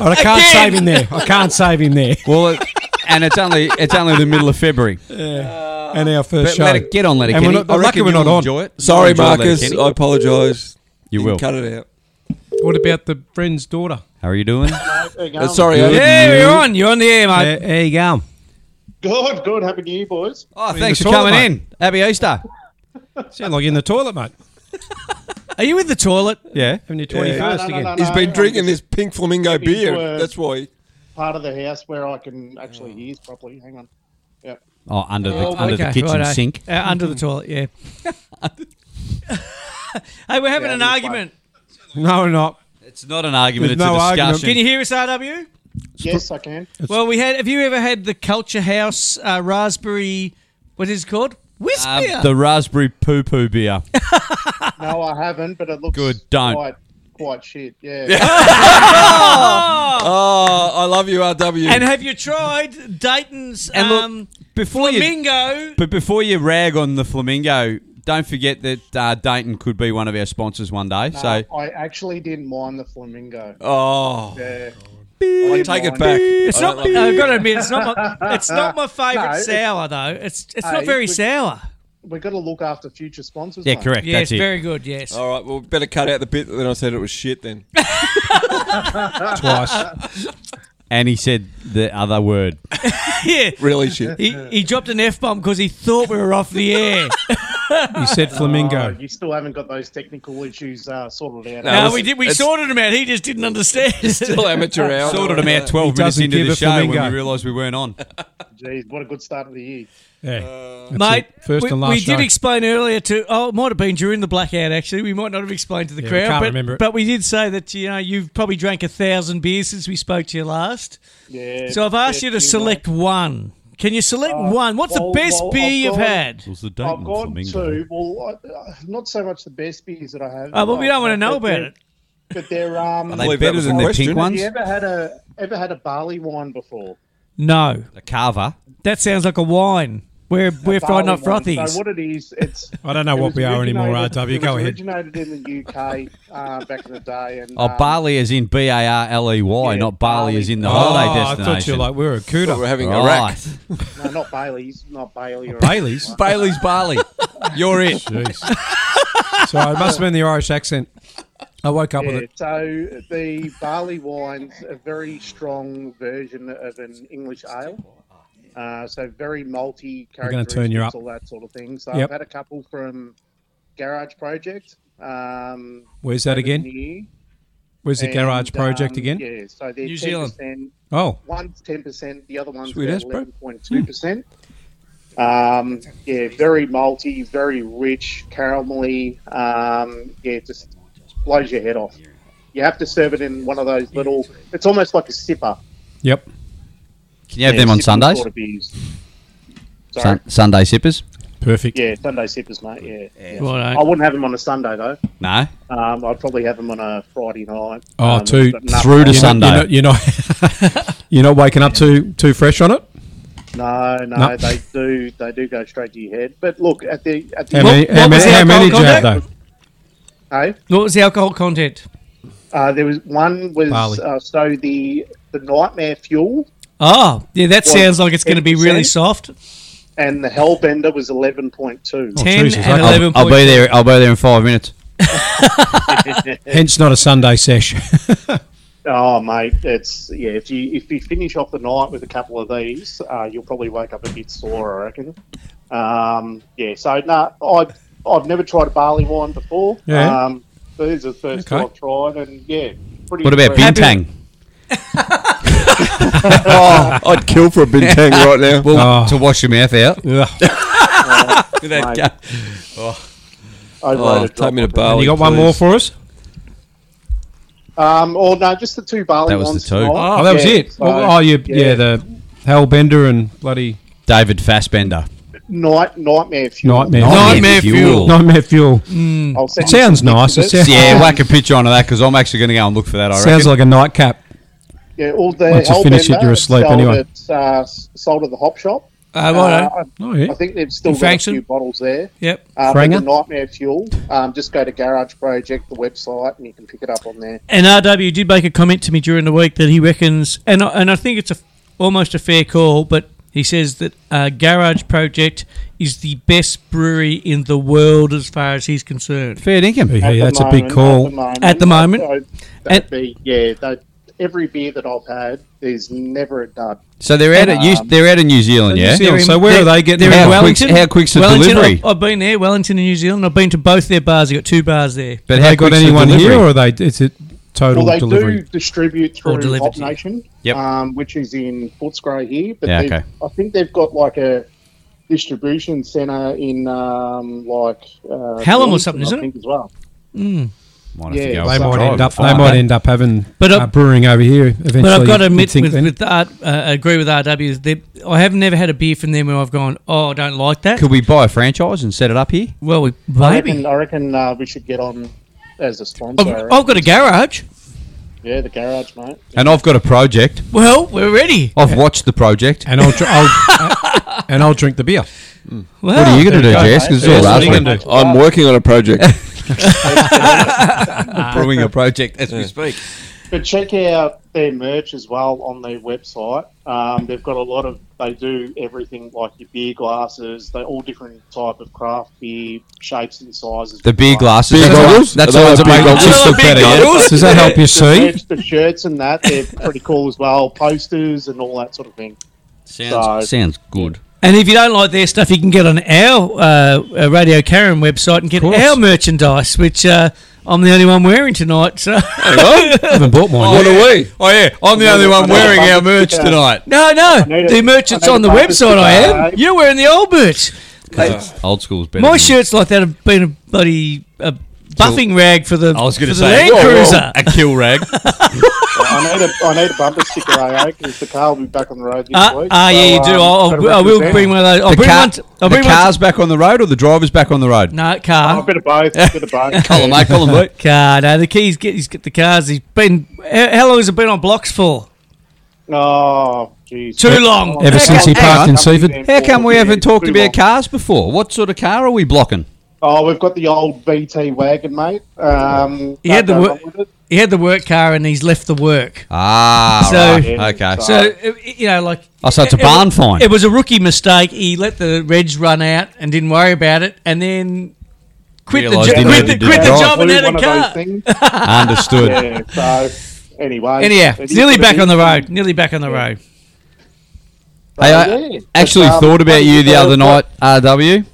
Oh, I can't save him there. I can't save him there.
Well, it- and it's only it's only the middle of February.
and our
But
first show.
let it get on, let it
And
get.
we're not-
I
lucky
reckon
we're not
you'll
on.
Enjoy it.
Sorry,
You'll enjoy Letterkenny.
Marcus. I apologise.
You
can
will.
Cut it out.
What about the friend's daughter?
How are you doing?
Uh, sorry, I didn't-
Yeah, you're on. You're on the air, mate.
There, there you go.
Good, good. Happy New Year, boys.
Oh, thanks
the
for coming
toilet, mate.
in. Happy Easter.
Sound like you're in the toilet, mate.
Are you in the toilet?
Yeah.
Having your 21st
No, no, no,
again.
no,
He's
no,
been
I'm
drinking this
just
pink flamingo
getting
beer.
to a-
That's why.
part of the house where I can actually hear properly. Hang on. Yep.
Oh, under the
Oh,
under the
okay,
kitchen
righto.
sink.
Uh, under the toilet, yeah. hey, we're having
Yeah,
an
you're
argument.
No, we're not.
It's not an argument.
There's
it's
no
a
argument.
discussion.
Can you hear us, RW?
Yes, I can.
Well, we had. Have you ever had the Culture House uh, raspberry? What is it called? Whisk
Um,
beer.
the raspberry poo poo beer.
No, I haven't, but it looks
Good, don't.
quite quite shit. Yeah.
Oh, I love you, RW.
and have you tried Dayton's
And look,
um,
Before you,
flamingo?
but before you rag on the flamingo, don't forget that uh, Dayton could be one of our sponsors one day.
No,
so,
I actually didn't mind the flamingo.
oh,
Yeah.
I take it back.
It's not. My, I've got to admit, it's not. My, it's not my favourite
No, it-
sour though. It's it's
No,
not
it
very
would-
sour.
We've got to look after future sponsors.
yeah,
mate.
correct.
Yes,
that's it.
very good. Yes.
All right, well, better cut out the bit that I said it was shit then.
twice.
and he said the other word.
yeah.
Really shit.
He, he dropped an F bomb because he thought we were off the air.
You said
Oh,
flamingo.
you still haven't got those technical issues uh, sorted out.
No,
no,
it's-
we did. We
it's-
sorted him out. He just didn't understand.
Still amateur hour.
Sorted him out 12 minutes
doesn't
into
give
the
a
show when
flamingo.
we realised we weren't on.
Jeez, what a good start of the year.
Yeah. That's
Mate,
it. first
we,
and last
we
show.
did explain earlier to. Oh, it might have been during the blackout. Actually, we might not have explained to the
Yeah, we
crowd.
can't
but,
remember it.
but we did say that you know you've probably drank a thousand beers since we spoke to you last.
Yeah.
So I've asked
yeah,
you to select one. Can you select
Uh,
one? What's
well,
the best
well,
beer
I've
you've
got-
had?
was the
I've got two. Well, I, uh, not so much the best beers that I have.
Oh, well, we don't want to know about
But they're-
it.
But they're um.
Are
I
they
believe that
better
was
than
a
the
question.
pink
have
ones?
you ever had a ever had a barley wine before?
No,
The carver.
that sounds like a wine. We're we're fried not
Barley wine.
frothies.
So what it is, it's.
I don't know
it
what
was
we are anymore,
originated-
RW.
it
Go
was
ahead.
Originated in the UK uh, back in the day, and
Oh,
um,
barley is in B A R L E Y,
yeah,
not barley
barley.
is in the
Oh,
holiday
I
destination.
thought you were like, we were a cooter.
We're having a rack.
right.
No, not Bailey's, not Bailey. Or
Oh, Bailey's?
Bailey's barley. You're it.
Jeez. so it must have been the Irish accent. I woke up
Yeah,
with it.
so the barley wine's a very strong version of an English ale. Uh, so very malty
I'm gonna turn you up.
characteristics, all that sort of thing. So
Yep.
I've had a couple from Garage Project. Um,
Where's that
over the
again?
year,
Where's the
and,
Garage Project
um,
again?
Yeah, so they're
New
10%,
Zealand.
Oh,
One's ten percent, the other one's
Sweet as, bro.
eleven point two percent. Um, yeah, very malty, very rich, caramelly. Um, yeah, just blows your head off. You have to serve it in one of those little. It's almost like a sipper.
yep.
Can you have
Yeah,
them on
sipping
Sundays?
Sort of beers. Sorry.
Sun- Sunday sippers?
Perfect.
yeah, Sunday sippers, mate. Yeah. yeah.
Righto.
I wouldn't have them on a Sunday though.
No.
Um, I'd probably have them on a Friday night.
Oh,
um,
two-
but not-
through to
You're
Sun- Sunday.
Not, you're not. You're not, you're not waking up too too fresh on it.
No, no,
No.
they do. They do go straight to your head. But look at the at the.
How many?
what
How
was
many,
the
how many do you
alcohol
have though?
Hey?
What was the alcohol content?
Uh, there was one was
Barley.
uh, so the the nightmare fuel
Oh, yeah, that
Well,
sounds like it's going to be really
10%.
soft.
and the hellbender was eleven point two.
Ten
Jesus,
and
okay.
I'll,
eleven.
I'll be there. I'll be there in five minutes.
Hence, not a Sunday sesh.
Oh mate, it's yeah. If you if you finish off the night with a couple of these, uh, you'll probably wake up a bit sore, I reckon. Um, yeah. So no, I've I've never tried a barley wine before.
Yeah.
Um, so this is the first
Okay.
one I've tried, and yeah, pretty.
What about
impressed.
bintang?
Oh, I'd kill for a bintang right now.
Well,
Oh.
to wash your mouth out.
Ugh.
Mate,
That-
I'd
Oh,
rate a
take
drop
me to
of it.
Bali.
you got one
please.
more for us?
Um, or no, just the two barley
That was the
wines
two.
tonight.
Oh, that was
Yeah,
it.
so,
oh, you, yeah. the Hellbender and bloody
David Fassbender.
night nightmare fuel.
Nightmare.
Nightmare fuel.
Nightmare fuel.
I'll send
It
you
sounds
some pictures
nice.
of
It sounds-
Yeah, whack a picture onto that because I'm actually going to go and look for that. I
Sounds
reckon.
like a nightcap.
Yeah, all the
Once you finish it,
Hellbender
you're asleep
sold
anyway.
At, uh, s- sold at the hop shop.
Uh,
Uh,
righto.
I-
Oh yeah.
I think they've still
In
got a
Frankston?
few bottles there.
Yep.
Uh, but the
Franger?
Nightmare Fuel. Um, just go to Garage Project, the website, and you can pick it up on there.
And RW did make a comment to me during the week that he reckons, and I, and I think it's a, almost a fair call, but he says that uh, Garage Project is the best brewery in the world as far as he's concerned.
fair dinkum.
Yeah,
At the
that's a
moment-
big
At the
call.
moment,
At the moment.
I'd- that'd be- yeah, that, every beer that I've had, there's never a dud.
So they're out of
Um,
they're out of New Zealand, yeah.
New Zealand. So where are they getting
They're
How
in
them?
quick's-
Wellington.
how quick's the
Wellington,
delivery?
I've, I've been there, Wellington and New Zealand. I've been to both their bars. They've got two bars there.
But
Have
how
they got
quick's the
anyone
delivery?
here, or are they? It's a total
Well, they
delivery.
do distribute
Or
through
delivered
Hop
to you.
Nation,
Yep.
um, which is in Footscray here. But
Yeah,
they've-
okay.
I think they've got like a distribution centre in um, like uh,
Hallam or
Wellington,
something,
I
isn't it?
think, As well.
Might
Yeah,
They
have to go.
so-
might
Drive
end up. They
find
might
it.
end up having
But
uh,
I-
brewing over here eventually.
But I've got to
you'd
admit,
think
with,
then.
with the R, uh, agree with RW. they- I have never had a beer from them where I've gone, oh, I don't like that.
Could we buy a franchise and set it up here?
Well, we,
I
maybe.
reckon, I reckon uh, we should get on as a sponsor.
I've,
Oh,
I've got a garage.
yeah, the garage, mate.
And I've got a project.
Well, we're ready.
I've watched the project.
and I'll, dr- I'll and I'll drink the beer.
Well,
What are you going to do,
go,
Jess?
mate.
'Cause
Yeah,
it's all
that's what
last
you
week.
can do.
I'm working on a project.
Brewing a project as we speak.
But check out their merch as well on their website. Um, they've got a lot of. They do everything like your beer glasses. They're all different type of craft beer shapes and sizes.
The beer glasses.
Beer
that's all-
goggles?
That's
Are
all
they
it's
like beer
about.
goggles?
Just look better, yeah.
Does that help you
The,
see?
shirts, the shirts and that they're pretty cool as well. Posters and all that sort of thing.
Sounds,
So-
sounds good.
And if you don't like their stuff, you can get on our uh, uh, Radio Karen website and get
course.
our merchandise, which uh, I'm the only one wearing tonight. So
I haven't bought mine.
what
yet.
are we?
Oh yeah, I'm the only one wearing our merch tonight.
no, no,
need
the
it.
merch
I
that's
need
on the
it back.
website. I am.
Right.
You're wearing the old merch.
Old school's better.
My
than-
shirts like that have been a bloody a buffing rag for the
I was
for
going
the
to say oh,
Land
Whoa, whoa,
Cruiser.
a kill rag.
I need a, I need a bumper sticker, AO, because the car will be back on the road this
Ah,
week.
ah, yeah, you
So,
do.
um,
I'll,
gotta
I'll, I will
represent.
bring one of those. I'll
The,
bring
car,
one. To, I'll
the
bring one.
car's back on the road or the driver's back on the road?
to- no
Oh, a
car.
bit of both. A bit of both.
Colin, mate, Colin, mate.
Car. No, the keys. Get, he's got the cars. He's been. How, how long has it been on blocks for?
Oh, jeez.
Too long.
Ever
How
since he
come-
parked in
how come
Seaford.
we've been
How come we
forward
haven't
here
talked
too
about
long?
cars before? What sort of car are we blocking?
Oh, we've got the old VT wagon, mate. Um,
He had
can't
the
go
wo-
wrong with it.
He had the work car and he's left the work.
Ah,
So-
right.
Yeah.
okay.
So uh, you know, like
oh, so it's a
it-
barn find.
it was a rookie mistake. He let the reds run out and didn't worry about it, and then quit the
Realised
job.
he
Quit, the,
needed to
quit the
drive.
job and
Blew
had
one
a
of
car.
those things.
Understood.
yeah, so anyway.
Anyhow,
it
it's
is
nearly
what it
back on
is.
the road. Nearly back on the road.
Hey, I
Yeah.
actually
But, um,
thought about you the
uh,
other night, RW.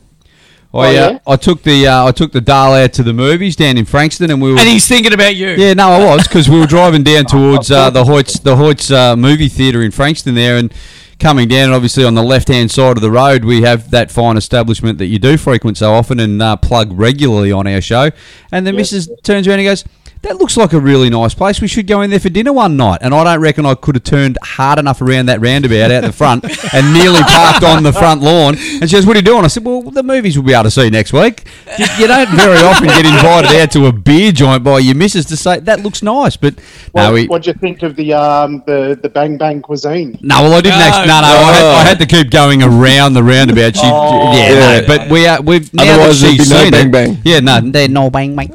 I,
Oh, yeah?
uh, I took the uh, I took the Dale out to the movies down in Frankston, and we were
And he's thinking about you.
Yeah, no, I was because we were driving down towards uh, the Hoyts, the Hoyts uh, movie theatre in Frankston there, and coming down. And obviously, on the left-hand side of the road, we have that fine establishment that you do frequent so often and uh, plug regularly on our show. And then Mrs. turns around and goes, "That looks like a really nice place. We should go in there for dinner one night." And I don't reckon I could have turned hard enough around that roundabout out the front and nearly parked on the front lawn. And she goes, "What are you doing?" I said, "Well, the movies we'll be able to see next week." You, you don't very often get invited out to a beer joint by your missus to say that looks nice, but no,
What,
we.
what'd you think of the um the the bang bang cuisine?
No, well, I didn't. actually, no, no, I, had, I had to keep going around the roundabout. She, yeah,
Oh. Yeah.
No, but we are. We've now
Otherwise
that
there'd
she's
be no
seen
bang
it-
bang.
Yeah, no, there- no bang bang.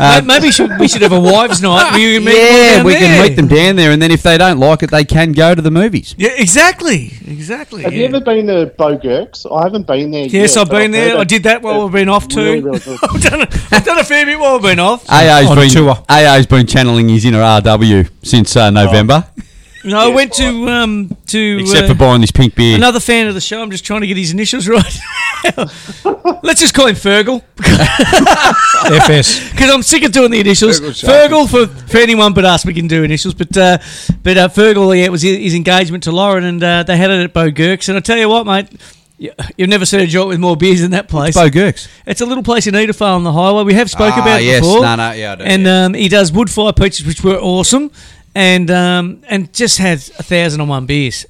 Uh,
May- Maybe we should, we should have a wives' night. Where you meet them
yeah,
down
we can
there.
meet them down there, and then if they don't like it, they can go to the movies.
Yeah, exactly, exactly.
Have
yeah.
you ever been to Bogurks? I haven't been there.
Yes,
yet,
I've
but
been there.
heard
I did that while
it's
we've been off too.
really, really good.
I've, done a, I've done a fair bit while we've been off.
AA's
On
been
tour.
AA's been channeling his inner RW since uh, November,
Oh. No, I went to um to
except
uh,
for buying this pink beer.
another fan of the show. I'm just trying to get his initials right. Let's just call him Fergal
Oh.
FS.
because I'm sick of doing the initials. Fergal for, for anyone but us, we can do initials. But uh, but uh, Fergal, yeah, it was his, his engagement to Lauren, and uh, they had it at Bo Gurks. And I tell you what, mate, you, you've never seen a joint with more beers than that place.
Bo Gurks.
It's a little place in Edafale on the highway. We have spoke
Ah,
about it
yes.
before.
No, no, yeah, I do,
And um, he does wood fire pizzas, which were awesome, and um, and just has a thousand and one beers,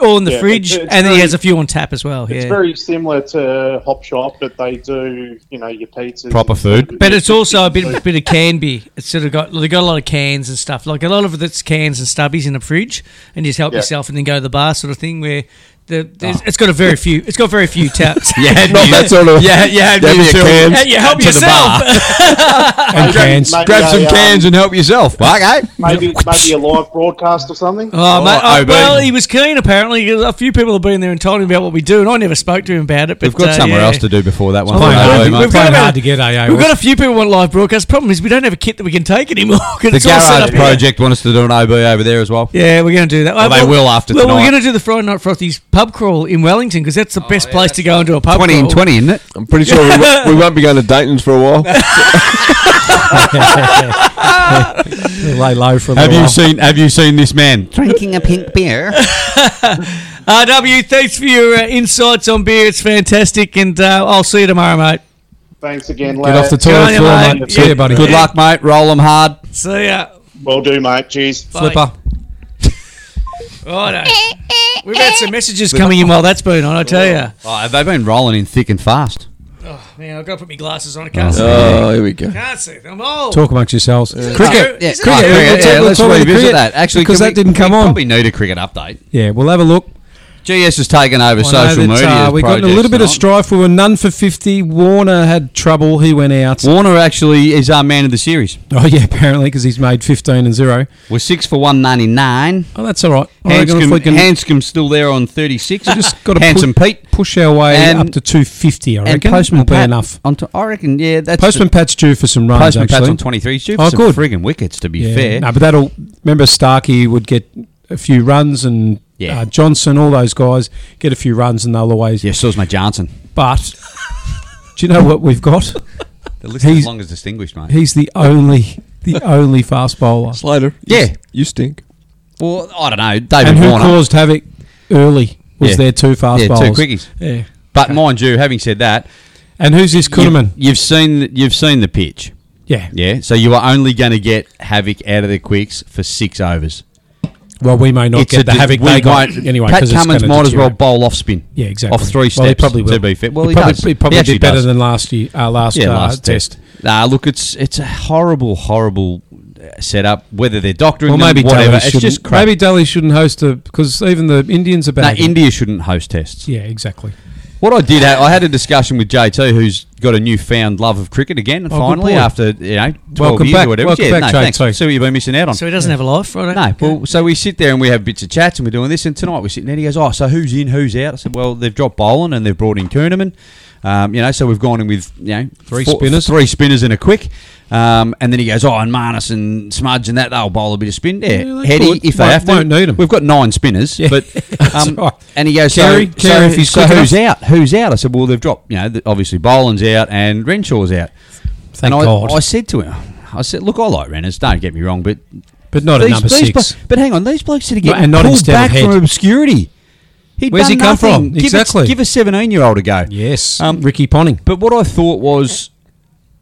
all in the
Yeah,
fridge,
it's- it's
and then he
very-
has a few on tap as well.
It's
yeah.
very similar to Hop Shop, but they do you know your pizzas,
Proper food.
but it's also a bit of bit of can be. It's sort of got they got a lot of cans and stuff. Like a lot of it's cans and stubbies in the fridge, and just help
Yeah.
yourself and then go to the bar sort of thing. Where the there's
Oh.
it's got a very few it's got very few taps.
You had
Not
me-
that sort of.
Yeah, you had
Give
me
me a
until-
can.
Yeah, you help
To the
yourself. Oh,
And cans.
mate.
Grab some
Yeah, yeah.
cans and help yourself. eh? Okay.
Maybe maybe a live broadcast or something.
Oh,
Oh,
mate, oh,
OB.
well, he was keen apparently. A few people have been there and told him about what we do, and I never spoke to him about it. But
We've got
uh,
somewhere
yeah.
else to do before that one.
Fine,
Don't worry,
we've-
mate.
we've got
Quite
about-
hard to get AA.
We've
was
got a few people want live broadcast. Problem is, we don't have a kit that we can take anymore. 'cause
The
it's all set
Garage
up here.
Project want us to do an OB over there as well.
Yeah, we're going to do that.
Well, they will after
Well,
tonight.
we're going to do the Friday Night Frothies pub crawl in Wellington because Oh, that's the best place to go into a pub.
20 and
crawl.
20, isn't it?
I'm pretty sure we, won't- we won't be going to Dayton's for a while.
lay low for a
Have
little
you
while.
seen Have you seen this man?
Drinking a pink beer.
RW, thanks for your uh, insights on beer. It's fantastic, and uh, I'll see you tomorrow, mate.
Thanks again, lad.
Get off the
on
toilet
you,
floor,
mate.
mate. See
Yeah.
you, buddy.
Good luck, mate. Roll them hard.
See ya.
Will do, mate. Cheers.
Flipper.
Righto. We've had some messages coming in while that's been on, I tell you.
Oh, they've been rolling in thick and fast.
Oh, man, I've got to put my glasses on. I can't
Uh.
see.
Oh, here we go.
Can't see. I'm old.
Talk amongst yourselves.
Cricket. Yeah,
Uh,
oh,
cricket. We'll
cricket.
talk-
yeah,
we'll
let's
talk about
revisit
cricket
that. Actually,
because
can
that
we-
didn't come
we
on.
Probably need a cricket update.
Yeah, we'll have a look.
GS has taken over
I know
social
that,
media.
uh, we got in a little bit of strife. We were none for 50. Warner had trouble. He went out.
Warner actually is our man of the series.
Oh, yeah, apparently, because he's made 15 and 0.
We're six for one ninety nine.
Oh, that's all right. I reckon if
Hanscom,
we can
Hanscom's still there on thirty six.
just got to
Handsome Pete
push our way
And-
up to 250, I
and
reckon.
Postman
will be
Pat
enough.
On to, I reckon. Yeah, that's
Postman Pat's due for some
The,
runs,
Postman Pat's
actually.
on twenty three.
Oh,
some
good.
friggin' wickets. To be
yeah.
fair,
No, but that'll. Remember, Starkey would get a few runs and
Yeah.
uh, Johnson, all those guys get a few runs and they'll always.
yeah, so's my Johnson.
But do you know what we've got?
The list is
He's-
long as distinguished, mate.
He's the only. The only fast bowler.
Slater.
Yeah.
You, s- you stink.
well, I don't know, David
And who
Warner.
caused havoc early was
Yeah.
their two fast
Yeah, two
bowlers.
quickies.
Yeah.
but mind you, having said that,
And who's this Kuhneman?
you, have seen you've seen the pitch.
Yeah.
Yeah, so you are only going to get havoc out of the quicks for six overs.
Well, we may not get the
dis-
havoc
we
they got
won't-
anyway.
Pat
'cause it's
Cummins
gonna
might as well
deteriorate.
bowl off spin.
Yeah, exactly.
Off three steps.
Well, he probably will.
To be fair, well, he,
probably,
does.
he probably
actually
did better
does.
than last year, uh, last,
yeah,
uh,
last
test.
test. Nah, look, it's it's a horrible, horrible uh, setup. Whether they're doctoring
Well,
them,
maybe
whatever,
Delhi
it's
shouldn't.
just crap.
Maybe Delhi shouldn't host a because even the Indians are
Nah,
bad.
India shouldn't host tests.
yeah, exactly.
What I did, ha- I had a discussion with JT, who's got a newfound love of cricket again, and
Oh, good
finally
boy.
after you know twelve
Welcome
years
back-
or whatever.
welcome
yeah,
back,
no,
JT.
thanks. See what you've been missing out on.
So he doesn't have a life, right?
No, well, so we sit there and we have bits of chats and we're doing this, and tonight we're sitting there. And he goes, "Oh, so who's in, who's out?" I said, "Well, they've dropped bowling and they've brought in Tournament. Um, you know, so we've gone in with you know
Three spinners.
three spinners and a quick." Um, and then he goes, "Oh, and Marnus and Smudge and that they'll bowl a bit of spin there.
Yeah, they
Heady,
could.
if they
Won't-
have to,
won't need 'em.
We've got nine spinners, but um,
right.
and he goes,
Carey-
so,
Carey,
so,
if he's
so
quick
who's out? Who's out?" I said, "Well, they've dropped. You know, th- obviously Boland's out and Renshaw's out." and
Thank
I,
God.
I said to him, "I said, look, I like Renners. Don't get me wrong, but
But not at number
these
six.
blo- but hang on, these blokes that are
No,
getting
and not
pulled
instead of
back
head.
from obscurity. he
Where's he come from? Exactly.
Give a seventeen-year-old a go.
yes,
Um,
Ricky Ponting.
But what I thought was,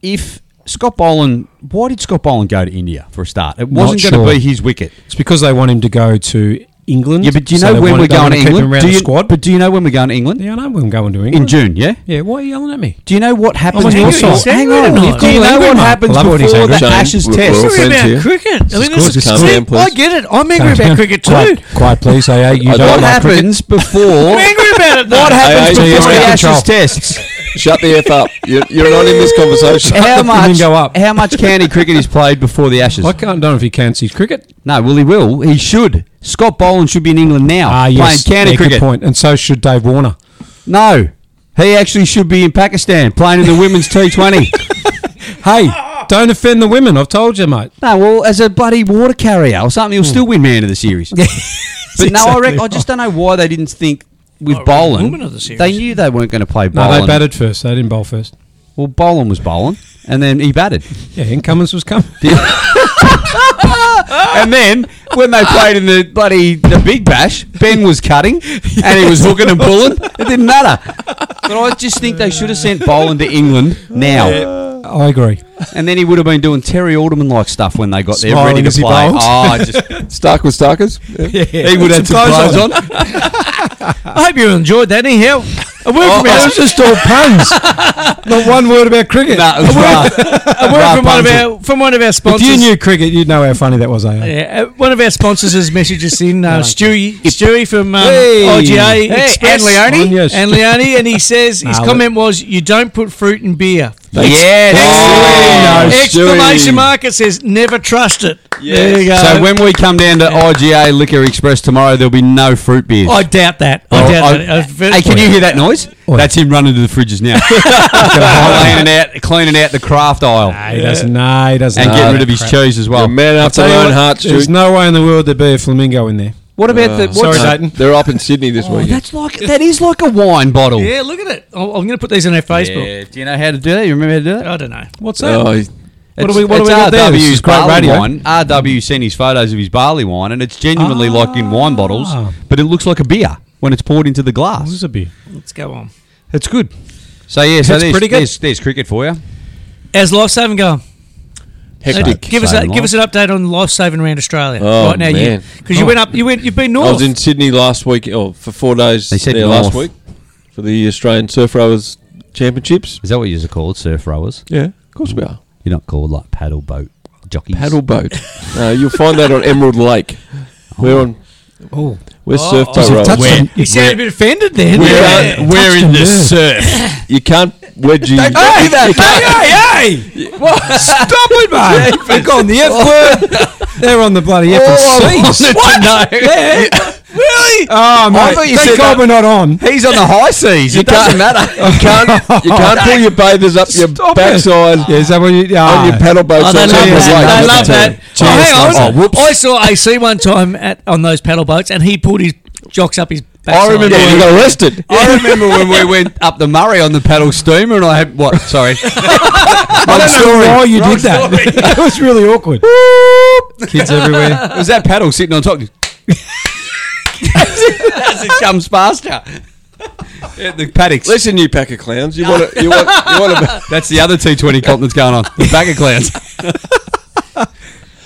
if Scott Boland, why did Scott Boland go to India for a start? It
Not
wasn't going to be
sure.
his wicket.
It's because they want him to go to England.
Yeah, but do you
so
know
they
when
want-
we're
they
going
want
to
keep him
England?
around
Do
the
you,
squad?
But do you know when we're going to England?
yeah, I know when we're going to England
In June, yeah.
Yeah, why are you yelling at me?
Do you know what happens?
on your side.
hang on.
You've
Do you know
got England
what
on.
happens
Love it
before
when he's
the
angry.
Shane,
Ashes
we're-
test?
we're all
Angry
friends
about
here.
cricket. I mean, this
good.
is,
Calm
see,
down, please.
I get it. I'm angry about cricket too.
Quiet, quiet please, AA. You
What
don't like cricket.
happens before?
I'm angry about it.
What
though.
happens
AA,
before
you're
the
out of
Ashes
control.
tests?
Shut the F up. You're, you're not in this conversation.
how
the
much
flamingo up.
how much county cricket is played before the Ashes?
I can't. Don't know if he counts his cricket.
No, well he will. He should. Scott Boland should be in England now
Ah,
playing
yes,
county
yeah, good
cricket.
point. And so should Dave Warner.
No, he actually should be in Pakistan playing in the women's T Twenty.
Hey, don't offend the women. I've told you, mate.
No, well as a bloody water carrier or something, he'll still win man of the series. but no, I
Hmm. exactly
reckon I just don't know why they didn't think. With Boland,
woman of the series.
they knew they weren't going to play
No,
Boland.
they batted first. They didn't bowl first.
Well, Boland was bowling, and then he batted.
Yeah, and Cummins was coming.
And then when they played in the bloody the Big Bash, Ben was cutting and he was hooking and pulling. It didn't matter. But I just think they should have sent Boland to England now,
I agree.
and then he would have been doing Terry Alderman like stuff when they got there,
Smiling
ready to
as he
play.
bowled.
Oh, I just
Stark with Starkers. Yeah.
he would have had some clothes on.
I hope you enjoyed that. Anyhow,
Oh.
a word from
That
our,
was just all puns. Not one word about cricket.
Nah, it was rough.
a word
rough
from one of
punting.
our from one of our
if
sponsors.
you knew cricket, you'd know how funny that was, eh?
Yeah, uh, one of our sponsors has messaged us in, uh, Stewie, Stewie from um,
Hey.
IGA
Hey,
Express.
and Leone.
On, yes. And Leone, and he says, his
Nah,
comment was, you don't put fruit in beer.
Yes.
Oh, no,
Exclamation
Stewie.
mark, it says, never trust it. There you go.
So when we come down to IGA Liquor Express tomorrow, there'll be no fruit beers.
I doubt that. I
Oh,
doubt
I-
that. Uh, I've-
hey, can you hear that noise?
Oi.
That's him running to the fridges now, cleaning out, cleaning out the craft aisle,
Nah, he doesn't. Nah, he doesn't.
and
know
getting
that
rid of his
crap.
cheese as well.
You're a man after
Tell you
my own
what,
heart,
There's
Stu.
no way in the world there'd be a flamingo in there.
What about the?
sorry,
What's
Dave.
that?
Dayton.
They're up in Sydney this
Oh,
weekend.
that's like that is like a wine bottle.
Yeah, look at it. i I'm going to put these on our Facebook.
Yeah, Do you know how to do that? You remember how to do that?
I don't know.
What's that?
Oh, he's-
what
It's-
do we? What do
it's
we got there? This
RW's
is great
barley
radio.
wine. RW sent his photos of his barley wine, and it's genuinely like in wine bottles,
Ah.
but it looks like a beer when it's poured into the glass.
This is a beer.
Let's go on.
It's good. So yeah, so
That's
there's,
pretty good.
There's, there's cricket for you.
As lifesaving going? Uh,
Hectic.
give us a,
Saving
give us an update on lifesaving around Australia
Oh,
right now,
man.
because you, went up, you went, you've been north.
I was in Sydney last week, or for four days
They said
there last
north.
week for the Australian Surf Rowers Championships.
Is that what you're called, surf rowers?
Yeah, of course we are.
You're not called like paddle boat jockeys.
Paddle boat. uh, you'll find that on Emerald Lake. We're on.
Oh.
We're surf boat
You've
rowers.
touched
We're-
them.
you sound a bit offended then.
We're,
Yeah.
on- we're in the surf. You can't wedgie.
Hey, hey, hey, hey! Stop it, man! They've gone the F word. They're on the bloody F and C's.
What?
Yeah.
really?
Oh, mate.
thought Oh, you
Thank
said
God
that-
we're not on.
He's on the high seas. It doesn't matter.
You can't. You can't pull your bathers up your
Stop
backside
it. Oh. Yeah, is that what you... ah.
on your paddle boats.
Oh, they
on
love
Emerald Lake.
that.
That's
They
the
love
team.
that.
Cheers,
oh, hang
mate.
on.
Oh, whoops.
I saw AC one time at, on those paddle boats, and he pulled his jocks up his backside.
I remember when you got arrested.
I remember when we went up the Murray on the paddle steamer, and I had what? Sorry,
I don't know why you
Wrong
did that. that was really awkward. Kids everywhere.
it was that paddle sitting on top. As it comes past you. At the paddocks.
Listen, you pack of clowns. You want to. You want. You want to.
That's the other T20 comp that's going on. The back of clowns.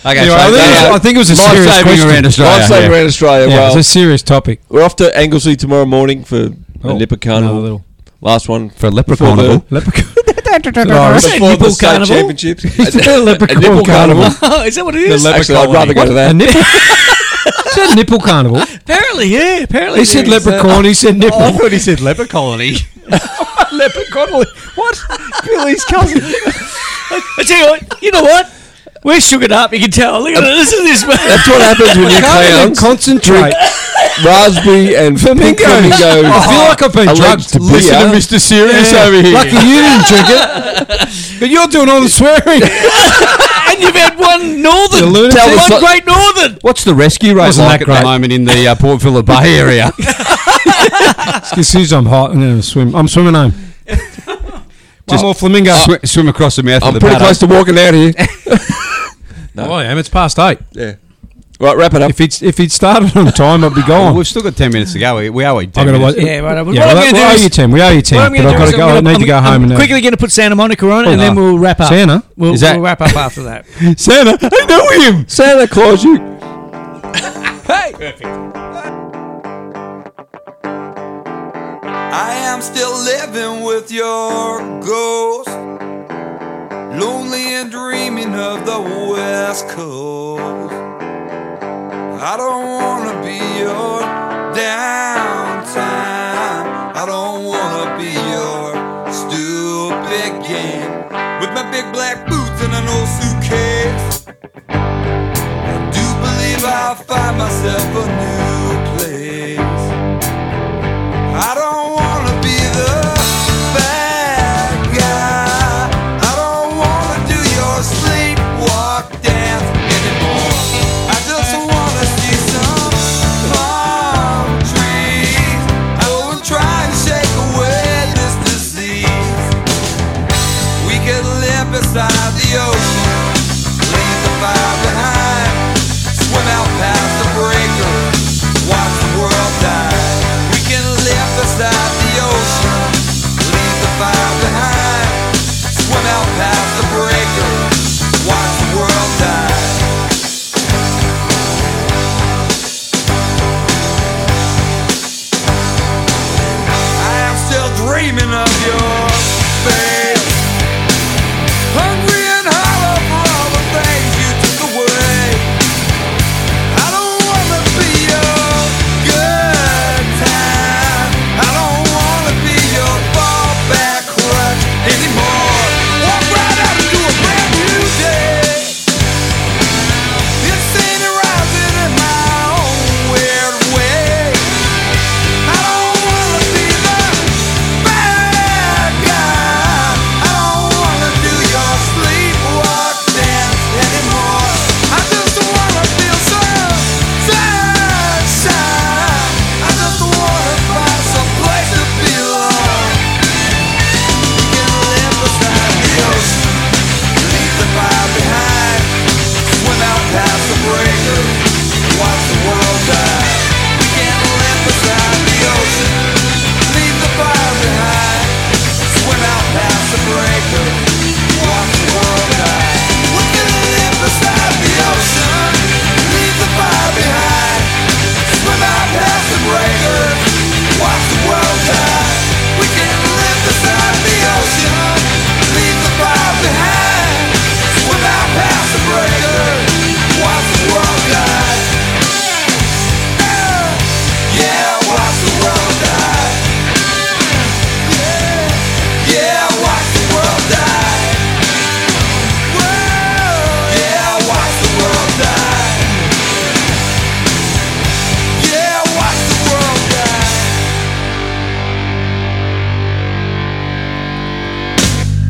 okay,
Anyway, I,
so
think it
they
was,
are
I think it was a
life
serious
saving
question.
around Australia.
Life saving around Australia.
Yeah,
well,
it's a serious topic.
we're off to Anglesey tomorrow morning for a
Oh,
Nipper
Another
Carnival.
little
Last one
for a
before
leprechaun.
the,
leprechaun.
Is that
before
nipple
the state
carnival?
championships.
Is that a leprechaun
nipple
carnival?
Oh, Is that what it
The
is?
leper Actually, I'd rather go to
A
that.
nipple. Is that nipple carnival?
apparently, yeah. Apparently,
He said
there is.
leprechaun. He said nipple.
thought he said leper colony.
leprechaun. What? Billy's cousin.
I tell you what. You know what? We're sugared up. You can tell. Look at this. Listen to this. man.
That's what happens when you
Can't even
clowns
concentrate.
raspberry and pink
Flamingo.
flamingo.
I feel like I've been
Alleged
drugged.
to Listen beer. to Mr. Serious over here.
Lucky you didn't drink it. But you're doing all the swearing.
and you've had one
You
northern.
lunatic.
One
Tell us-
great northern.
What's the rescue rate
Wasn't
like
that
at
great?
the moment in the uh, Port Phillip Bay area?
As soon as I'm hot, I'm going to swim. I'm swimming home. One more flamingo.
Swi- swim across the mouth
I'm
of the
pretty
paddle.
close to walking out here.
Oh, I am. It's past eight.
yeah. Right, wrap it up.
If he'd, if he'd started on time, I'd be
Well,
gone.
we've still got 10 minutes to go. We- We owe it 10
I'm gonna
minutes.
wa-
Yeah, right. What
Yeah,
I'm
well,
going to
we
do
owe
is
you ten. We owe you ten.
What I'm
But
gonna
I've
do
got
is
to
I'm
go.
gonna-
I need
I'm-
to go
I'm
home and uh,
quickly going to put Santa Monica uh, on, it and then
no.
we'll wrap up.
Santa?
we'll,
Is that-
we'll wrap up after that.
Santa, I know him.
Santa Claus, you.
I am still living with your ghost. Lonely and dreaming of the West Coast. I don't wanna be your downtown. I don't wanna be your stupid game. With my big black boots and an old suitcase. I do believe I'll find myself a new place. I don't wanna be the bad guy. I don't wanna do your sleepwalk dance anymore. I just wanna see some palm trees. I will try and shake away this disease. We could live beside the ocean, leave the fire behind, swim out past the breaker, watch the world die. We can live beside the ocean, leave the fire behind, swim out past the breaker, watch the world die. I am still dreaming of your face. Hungry and hollow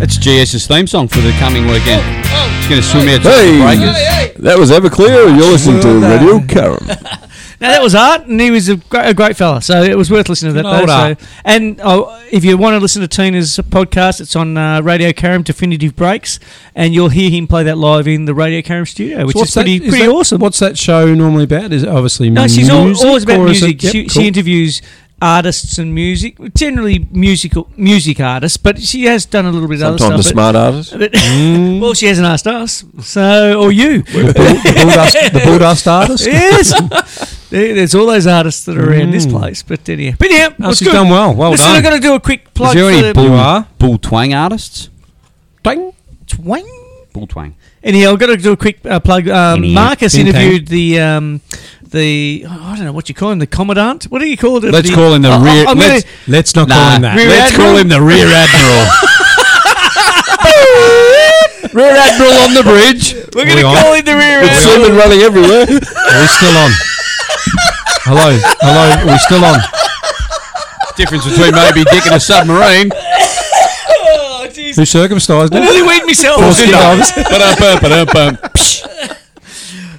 That's GS's theme song for the coming weekend. It's going to swim out to
Hey,
the breakers.
that was Everclear. You're listening to Radio Karam.
Now that was Art, and he was a great, a great fella, so it was worth listening to
Good
that.
old
Though,
Art.
so- and oh, if you want to listen to Tina's podcast, it's on uh, Radio Karam Definitive Breaks, and you'll hear him play that live in the Radio Karam studio, which
So
is pretty
that, is
pretty
that-
awesome.
What's that show normally about? Is it obviously
No,
music?
she's al always about
or is it-
music.
yep,
she,
cool.
she interviews artists and music, generally musical music artists, but she has done a little bit of other
Sometimes the
stuff. but-
smart artist.
but- well, she hasn't asked us, so or you.
the, bull, the, bulldust, the bulldust artist.
yes, There- there's all those artists that are around this place. But anyhow, but yeah,
Oh, she's done well. Well
Listen,
done.
I'm going to do a quick
Is
plug
there
for
any
the
bull,
You are?
bull twang artists?
Ding.
twang.
Bull twang.
Anyhow, I've got to do a quick uh, plug. Um,
Anyhow.
Marcus
Think tank.
interviewed the um, the oh, I don't know what you call him, the commandant. What do you call it?
Let's call him the
I- I-
rear-
oh, I'm gonna-
let's-
Let's not call
Nah,
him that.
Rear
let's
Admiral?
call him the rear admiral. rear admiral on the bridge.
We're going
We
to
are.
call him the rear
It's
end.
semen running everywhere.
Are we still on? Hello, hello. Are we still on?
Difference between maybe dick and a submarine.
Oh, jeez.
Who circumcised it?
Nearly weed myself.
Ba-dum-bum-ba-dum-bum.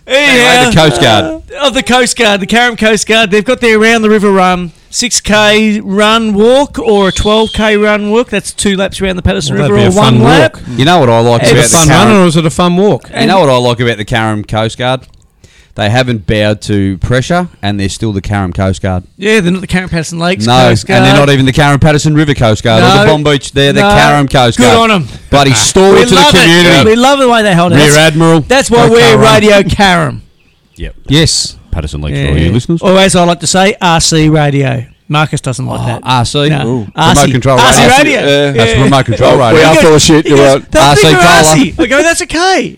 Anyhow,
The Coast Guard.
of the Coast Guard, the Caram Coast Guard, they've got their around the river run, six k run walk or a twelve k run walk. That's two laps around the Patterson
Well, that'd
River
be
or
a fun
one lap.
walk.
You know what I like
It's
Is
about
it a
the
fun
Carrum-
run or is it a fun walk?
You know what I like about the Karam Coast Guard? They haven't bowed to pressure, and they're still the Karam Coast Guard.
Yeah, they're not the Caram Patterson Lakes
no,
Coast Guard.
and they're not even the Karam Patterson River Coast Guard or the
No.
Bomb Beach. They're the
No.
Karam Coast
Good
Guard.
on 'em.
Buddy, story
we
to the
love it.
community.
We love the way they hold it.
Rear
That's-
Admiral.
That's why
Go
we're
Caram.
Radio Caram.
Yep.
Yes.
Patterson Lakes
Yeah.
for all you listeners.
Or as I like to say, RC Radio. Marcus doesn't like that.
RC.
No.
Oh, Ooh.
RC.
Remote control
RC
radio.
radio.
Uh,
That's
Yeah.
remote control
We
radio.
are full of shit.
He
You're
goes,
right.
"They'll
RC
figure
Cola."
RC. I go, that's okay.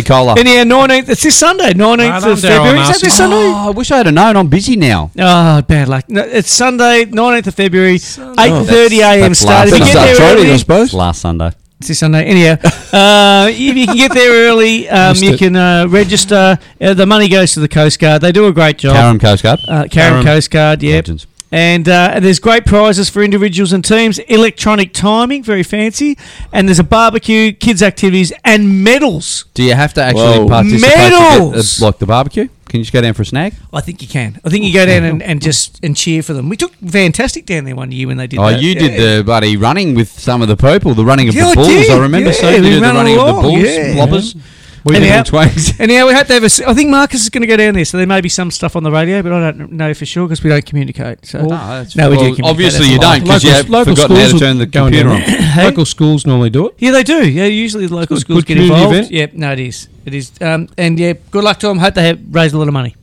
RC Collar.
Anyhow, 19th, it's this Sunday, 19th
Well
of
done, Darryl
February. Is that this
Marston.
Sunday?
Oh, I wish I had known. I'm busy now.
Oh, bad luck. Oh, No, it's Sunday, 19th of February, 8.30 a.m.
That's
start.
last
If you get
Sunday.
there
Start
early,
training, I suppose.
It's last Sunday.
it's this Sunday. Anyhow, uh, if you can get there early, um,
Missed
you
it.
can uh, register. Uh, the money goes to the Coast Guard. They do a great job.
Karam Coast Guard.
Uh, Karen Coast Guard, yeah.
Legends.
And, uh, and there's great prizes for individuals and teams, electronic timing, very fancy. And there's a barbecue, kids' activities, and medals.
Do you have to actually
Whoa.
participate to get,
Medals.
uh, like the barbecue? Can you just go down for a snag?
I think you can. I think you go down and, and just and cheer for them. We took fantastic down there one year when they did.
Oh,
that.
you
Yeah.
did the bloody running with some of the people, the running of
Yeah, I
the bulls.
did.
I remember
Yeah,
seeing
we
you do the
ran
running of the
along,
bulls,
yeah.
floppers. We
And
did
out-
twangs.
And now we hope they have a. s- I think Marcus is going to go down there, so there may be some stuff on the radio, but I don't know for sure because we don't communicate. So
that's-
no, we do
well,
communicate,
Obviously,
that's
you
a lie.
don't because you
Local-
have
local
forgotten how to
schools
turn the
are going
computer
down
on.
Local schools normally do it.
Yeah, they do. Yeah, usually the local
good.
schools
Good
get
community
involved.
event.
Yep, no, it is. It is. Um, and yeah, good luck to them. Hope they have raised a lot of money.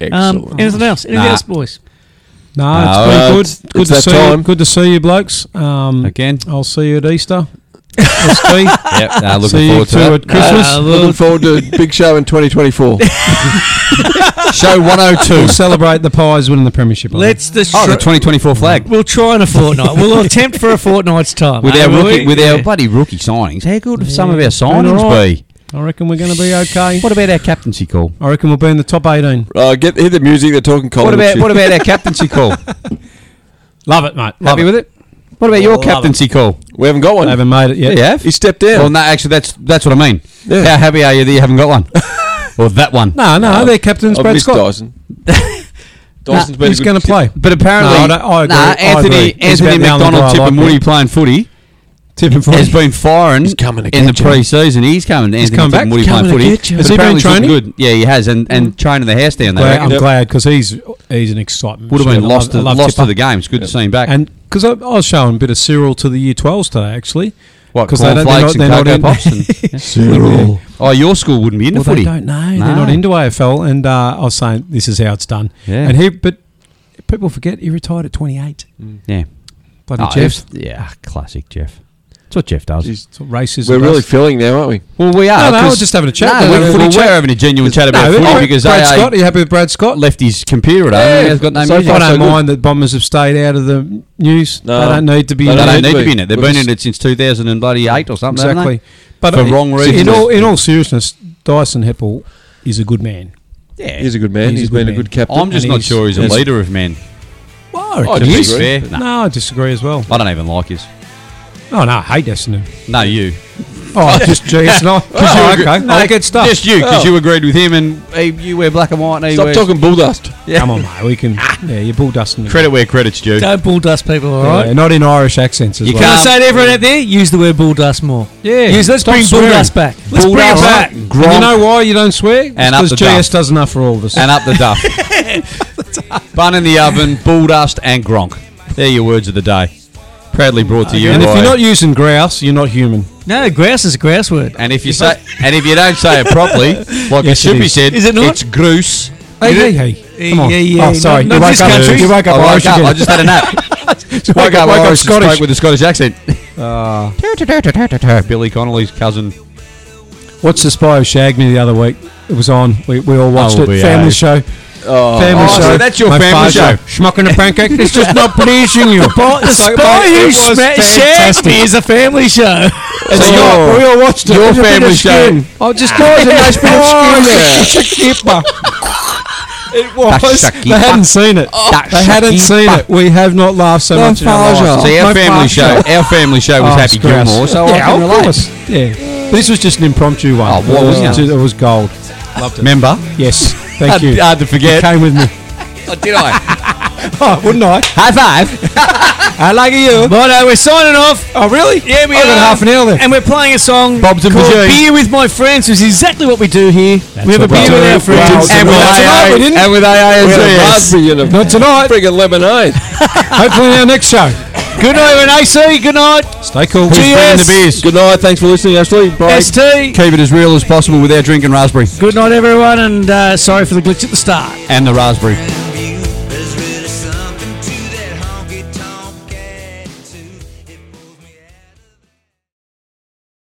Um,
Excellent.
anything else? Anything
Nah.
else, boys?
No,
No,
it's
it's-
been good. Good
it's
to
that
see
time.
you. Good to see you, blokes. Um,
Again.
I'll see you at Easter. ST.
Yep, nah,
see
looking
you
forward
two
to
at Christmas.
Uh,
Looking forward to big show in 2024.
that. Show 102.
we'll celebrate the Pies winning the premiership. I think.
Let's the.
Oh, the
tr-
2024 flag.
we'll try in a fortnight. we'll attempt for a fortnight's time.
With
eh,
our
will
rookie,
we?
with
Yeah.
our bloody rookie signings, how good have some of our signings
alright.
be?
I reckon we're going to be okay.
What about our captaincy call?
I reckon we'll be in the top 18.
Uh, get hear the music. They're talking cold.
What about what about our captaincy call?
Love it, mate. Love
Happy
it.
with it? What about your
Love it.
captaincy call?
We haven't got one.
I haven't made it yet.
You have?
He stepped down.
Well, no, actually, that's that's what I mean.
Yeah.
How happy are you that you haven't got one? or that one?
No, no, their captain's
I've
Brad
missed
Scott.
Oh, Dyson. Dyson's been
He's going to play.
But apparently,
No, I don't- I agree.
Nah,
I
Anthony,
agree. He's
Anthony
about the only guy I
McDonald, Tip
like
and
there.
Woody playing footy
Tipping for
has
him.
been foreign
coming to
in the
get you.
preseason. He's coming. Anthony
come
Tip
back.
and Woody
He's
playing
coming to
footy.
get you.
But
Has he been
apparently he's looking
training? Mm.
Good. Yeah, he has, and, and training the house down there. I
Glad,
reckon.
I'm glad because he's he's an excitement.
Would have been
machine. I
lost,
love- I love
to, lost to
Tipper.
the game. It's good to see him back.
And because I, I was showing a bit of Cyril to the Year 12s today, actually.
what?
'Cause they don't-
Cornflakes and
they're not-
Cocoa
they're not
Pops. and- oh, your school wouldn't be into
Well,
footy.
they don't know.
No.
They're not into AFL. And uh, I was saying, this is how it's done.
Yeah.
And he, but people forget he retired at 28.
Yeah.
Bloody
Oh,
Jeff.
it's- Yeah, classic Jeff. That's what Jeff does.
Jeez.
That's what racism
We're really
does.
feeling now, aren't we?
Well, we are.
No, no,
'cause-
we're just having a chat.
No,
We're
we're,
having a
well,
footy
we're
chat.
having a genuine chat about
No,
footy
Brad-
because
Brad
AA
Scott, are you happy with Brad Scott?
left his computer at home.
Yeah.
and He's got no
So
music.
I
far,
don't
good.
mind that Bombers have stayed out of the news.
No.
They don't need to be.
They
They
in
don't
it.
need to be
be.
in it. They've
We're
been in
just-
it since 2008 or something. haven't
Exactly.
they?
But
For
it-
wrong
In
reasons.
all, in all seriousness, Dyson Heppel is a good man.
Yeah.
He's a good man.
He's a
he's
good
been
man.
a good captain.
I'm just
and
not
he's-
sure he's a
he's-
leader of men.
Well, I
To
Oh,
reckon
do
be
you
he's-
disagree?
fair, nah.
no, I disagree as well.
I don't even like his.
Oh no, I hate Essendon.
No, you.
Oh, just geez, no. 'cause
Oh,
you're okay.
no,
I'll get stuff.
Just you, because
Oh.
you agreed with him, and he, you wear black and white. And he
Stop
wears-
talking bull dust.
Yeah.
Come on, mate. We can. Yeah, you're bull dusting.
Credit where credit's due.
Don't bull dust people, all
Yeah,
right?
not in Irish accents as
You
well.
Can I
Um,
say to everyone out there, use the word bull dust more.
Yeah,
Use, let's
stop
bring bull
swearing.
dust back. Let's
Bull
bring
dust.
it back.
And you know why you don't swear?
And up
Because
the
GS
duff.
does enough for all of us.
and up the duff. Bun in the oven, bull dust, and gronk. They're your words of the day. Proudly brought to you.
And if
by-
you're not using grouse, you're not human.
No, grouse is a grouse word.
and if you say, and if you don't say it properly, like it
Yes,
should
it
be
is.
said,
Is it not?
It's goose.
Hey,
You
hey,
did-
hey. Come on.
Yeah, yeah,
Oh, sorry.
not-
you
not
woke
this
up.
country.
You woke
I
up
woke
Irish
up.
again.
I just had a nap.
Just
Wake up Irish
woke up
and
Scottish.
spoke with a Scottish accent. Billy Connolly's cousin.
What's the spy who shagged me the other week? It was on. We, we all watched
Oh,
it.
yeah.
Family show. Family
Oh, so
show.
that's your family
father.
show.
Schmucking a pancake. It's just not pleasing you.
The
It's like,
Spy
mate,
Who
it was
Sma- Shagged
fantastic.
Me is a family show.
It's
your-
not. We all watched it.
your
There's a bit of
family
skin. Oh, just guys, a nice bit of skin there. Shakippa. It was. They
Shakippa.
hadn't seen it. They hadn't seen it. We have not laughed so much in our lives.
See, our
Oh, My
family
father.
show, our family show was
Oh,
Happy
it's gross.
Gilmore, so I
yeah,
can
of
relate.
course. Yeah. This was just an impromptu one.
Oh, what was
it?
it?
It was gold.
Remember?
Yes. Thank you.
Hard to
You
forget.
came with me.
Oh, did I?
Oh, wouldn't I?
High five.
I like you.
But uh, we're signing off.
Oh, really?
Yeah, we
I've
are.
got half an hour left.
Um, And we're playing a song
Bob's and
called
Bajee.
Beer with My Friends, which is exactly what we do here. we have a
what
beer
we
with
do.
our
Wow.
friends. And
And
we're
we-
like,
tonight we didn't.
and with AA and
We had
GS.
rugby
and
Not tonight.
friggin' lemonade.
Hopefully, in our next show.
good night, AC. Good night,
Stay cool.
bringing the beer? Yes.
Good night. Thanks for listening, Ashley. Bye.
ST.
Keep it as real as possible without drinking raspberry
Good night, everyone. And uh, sorry for the glitch at the start.
and the raspberry.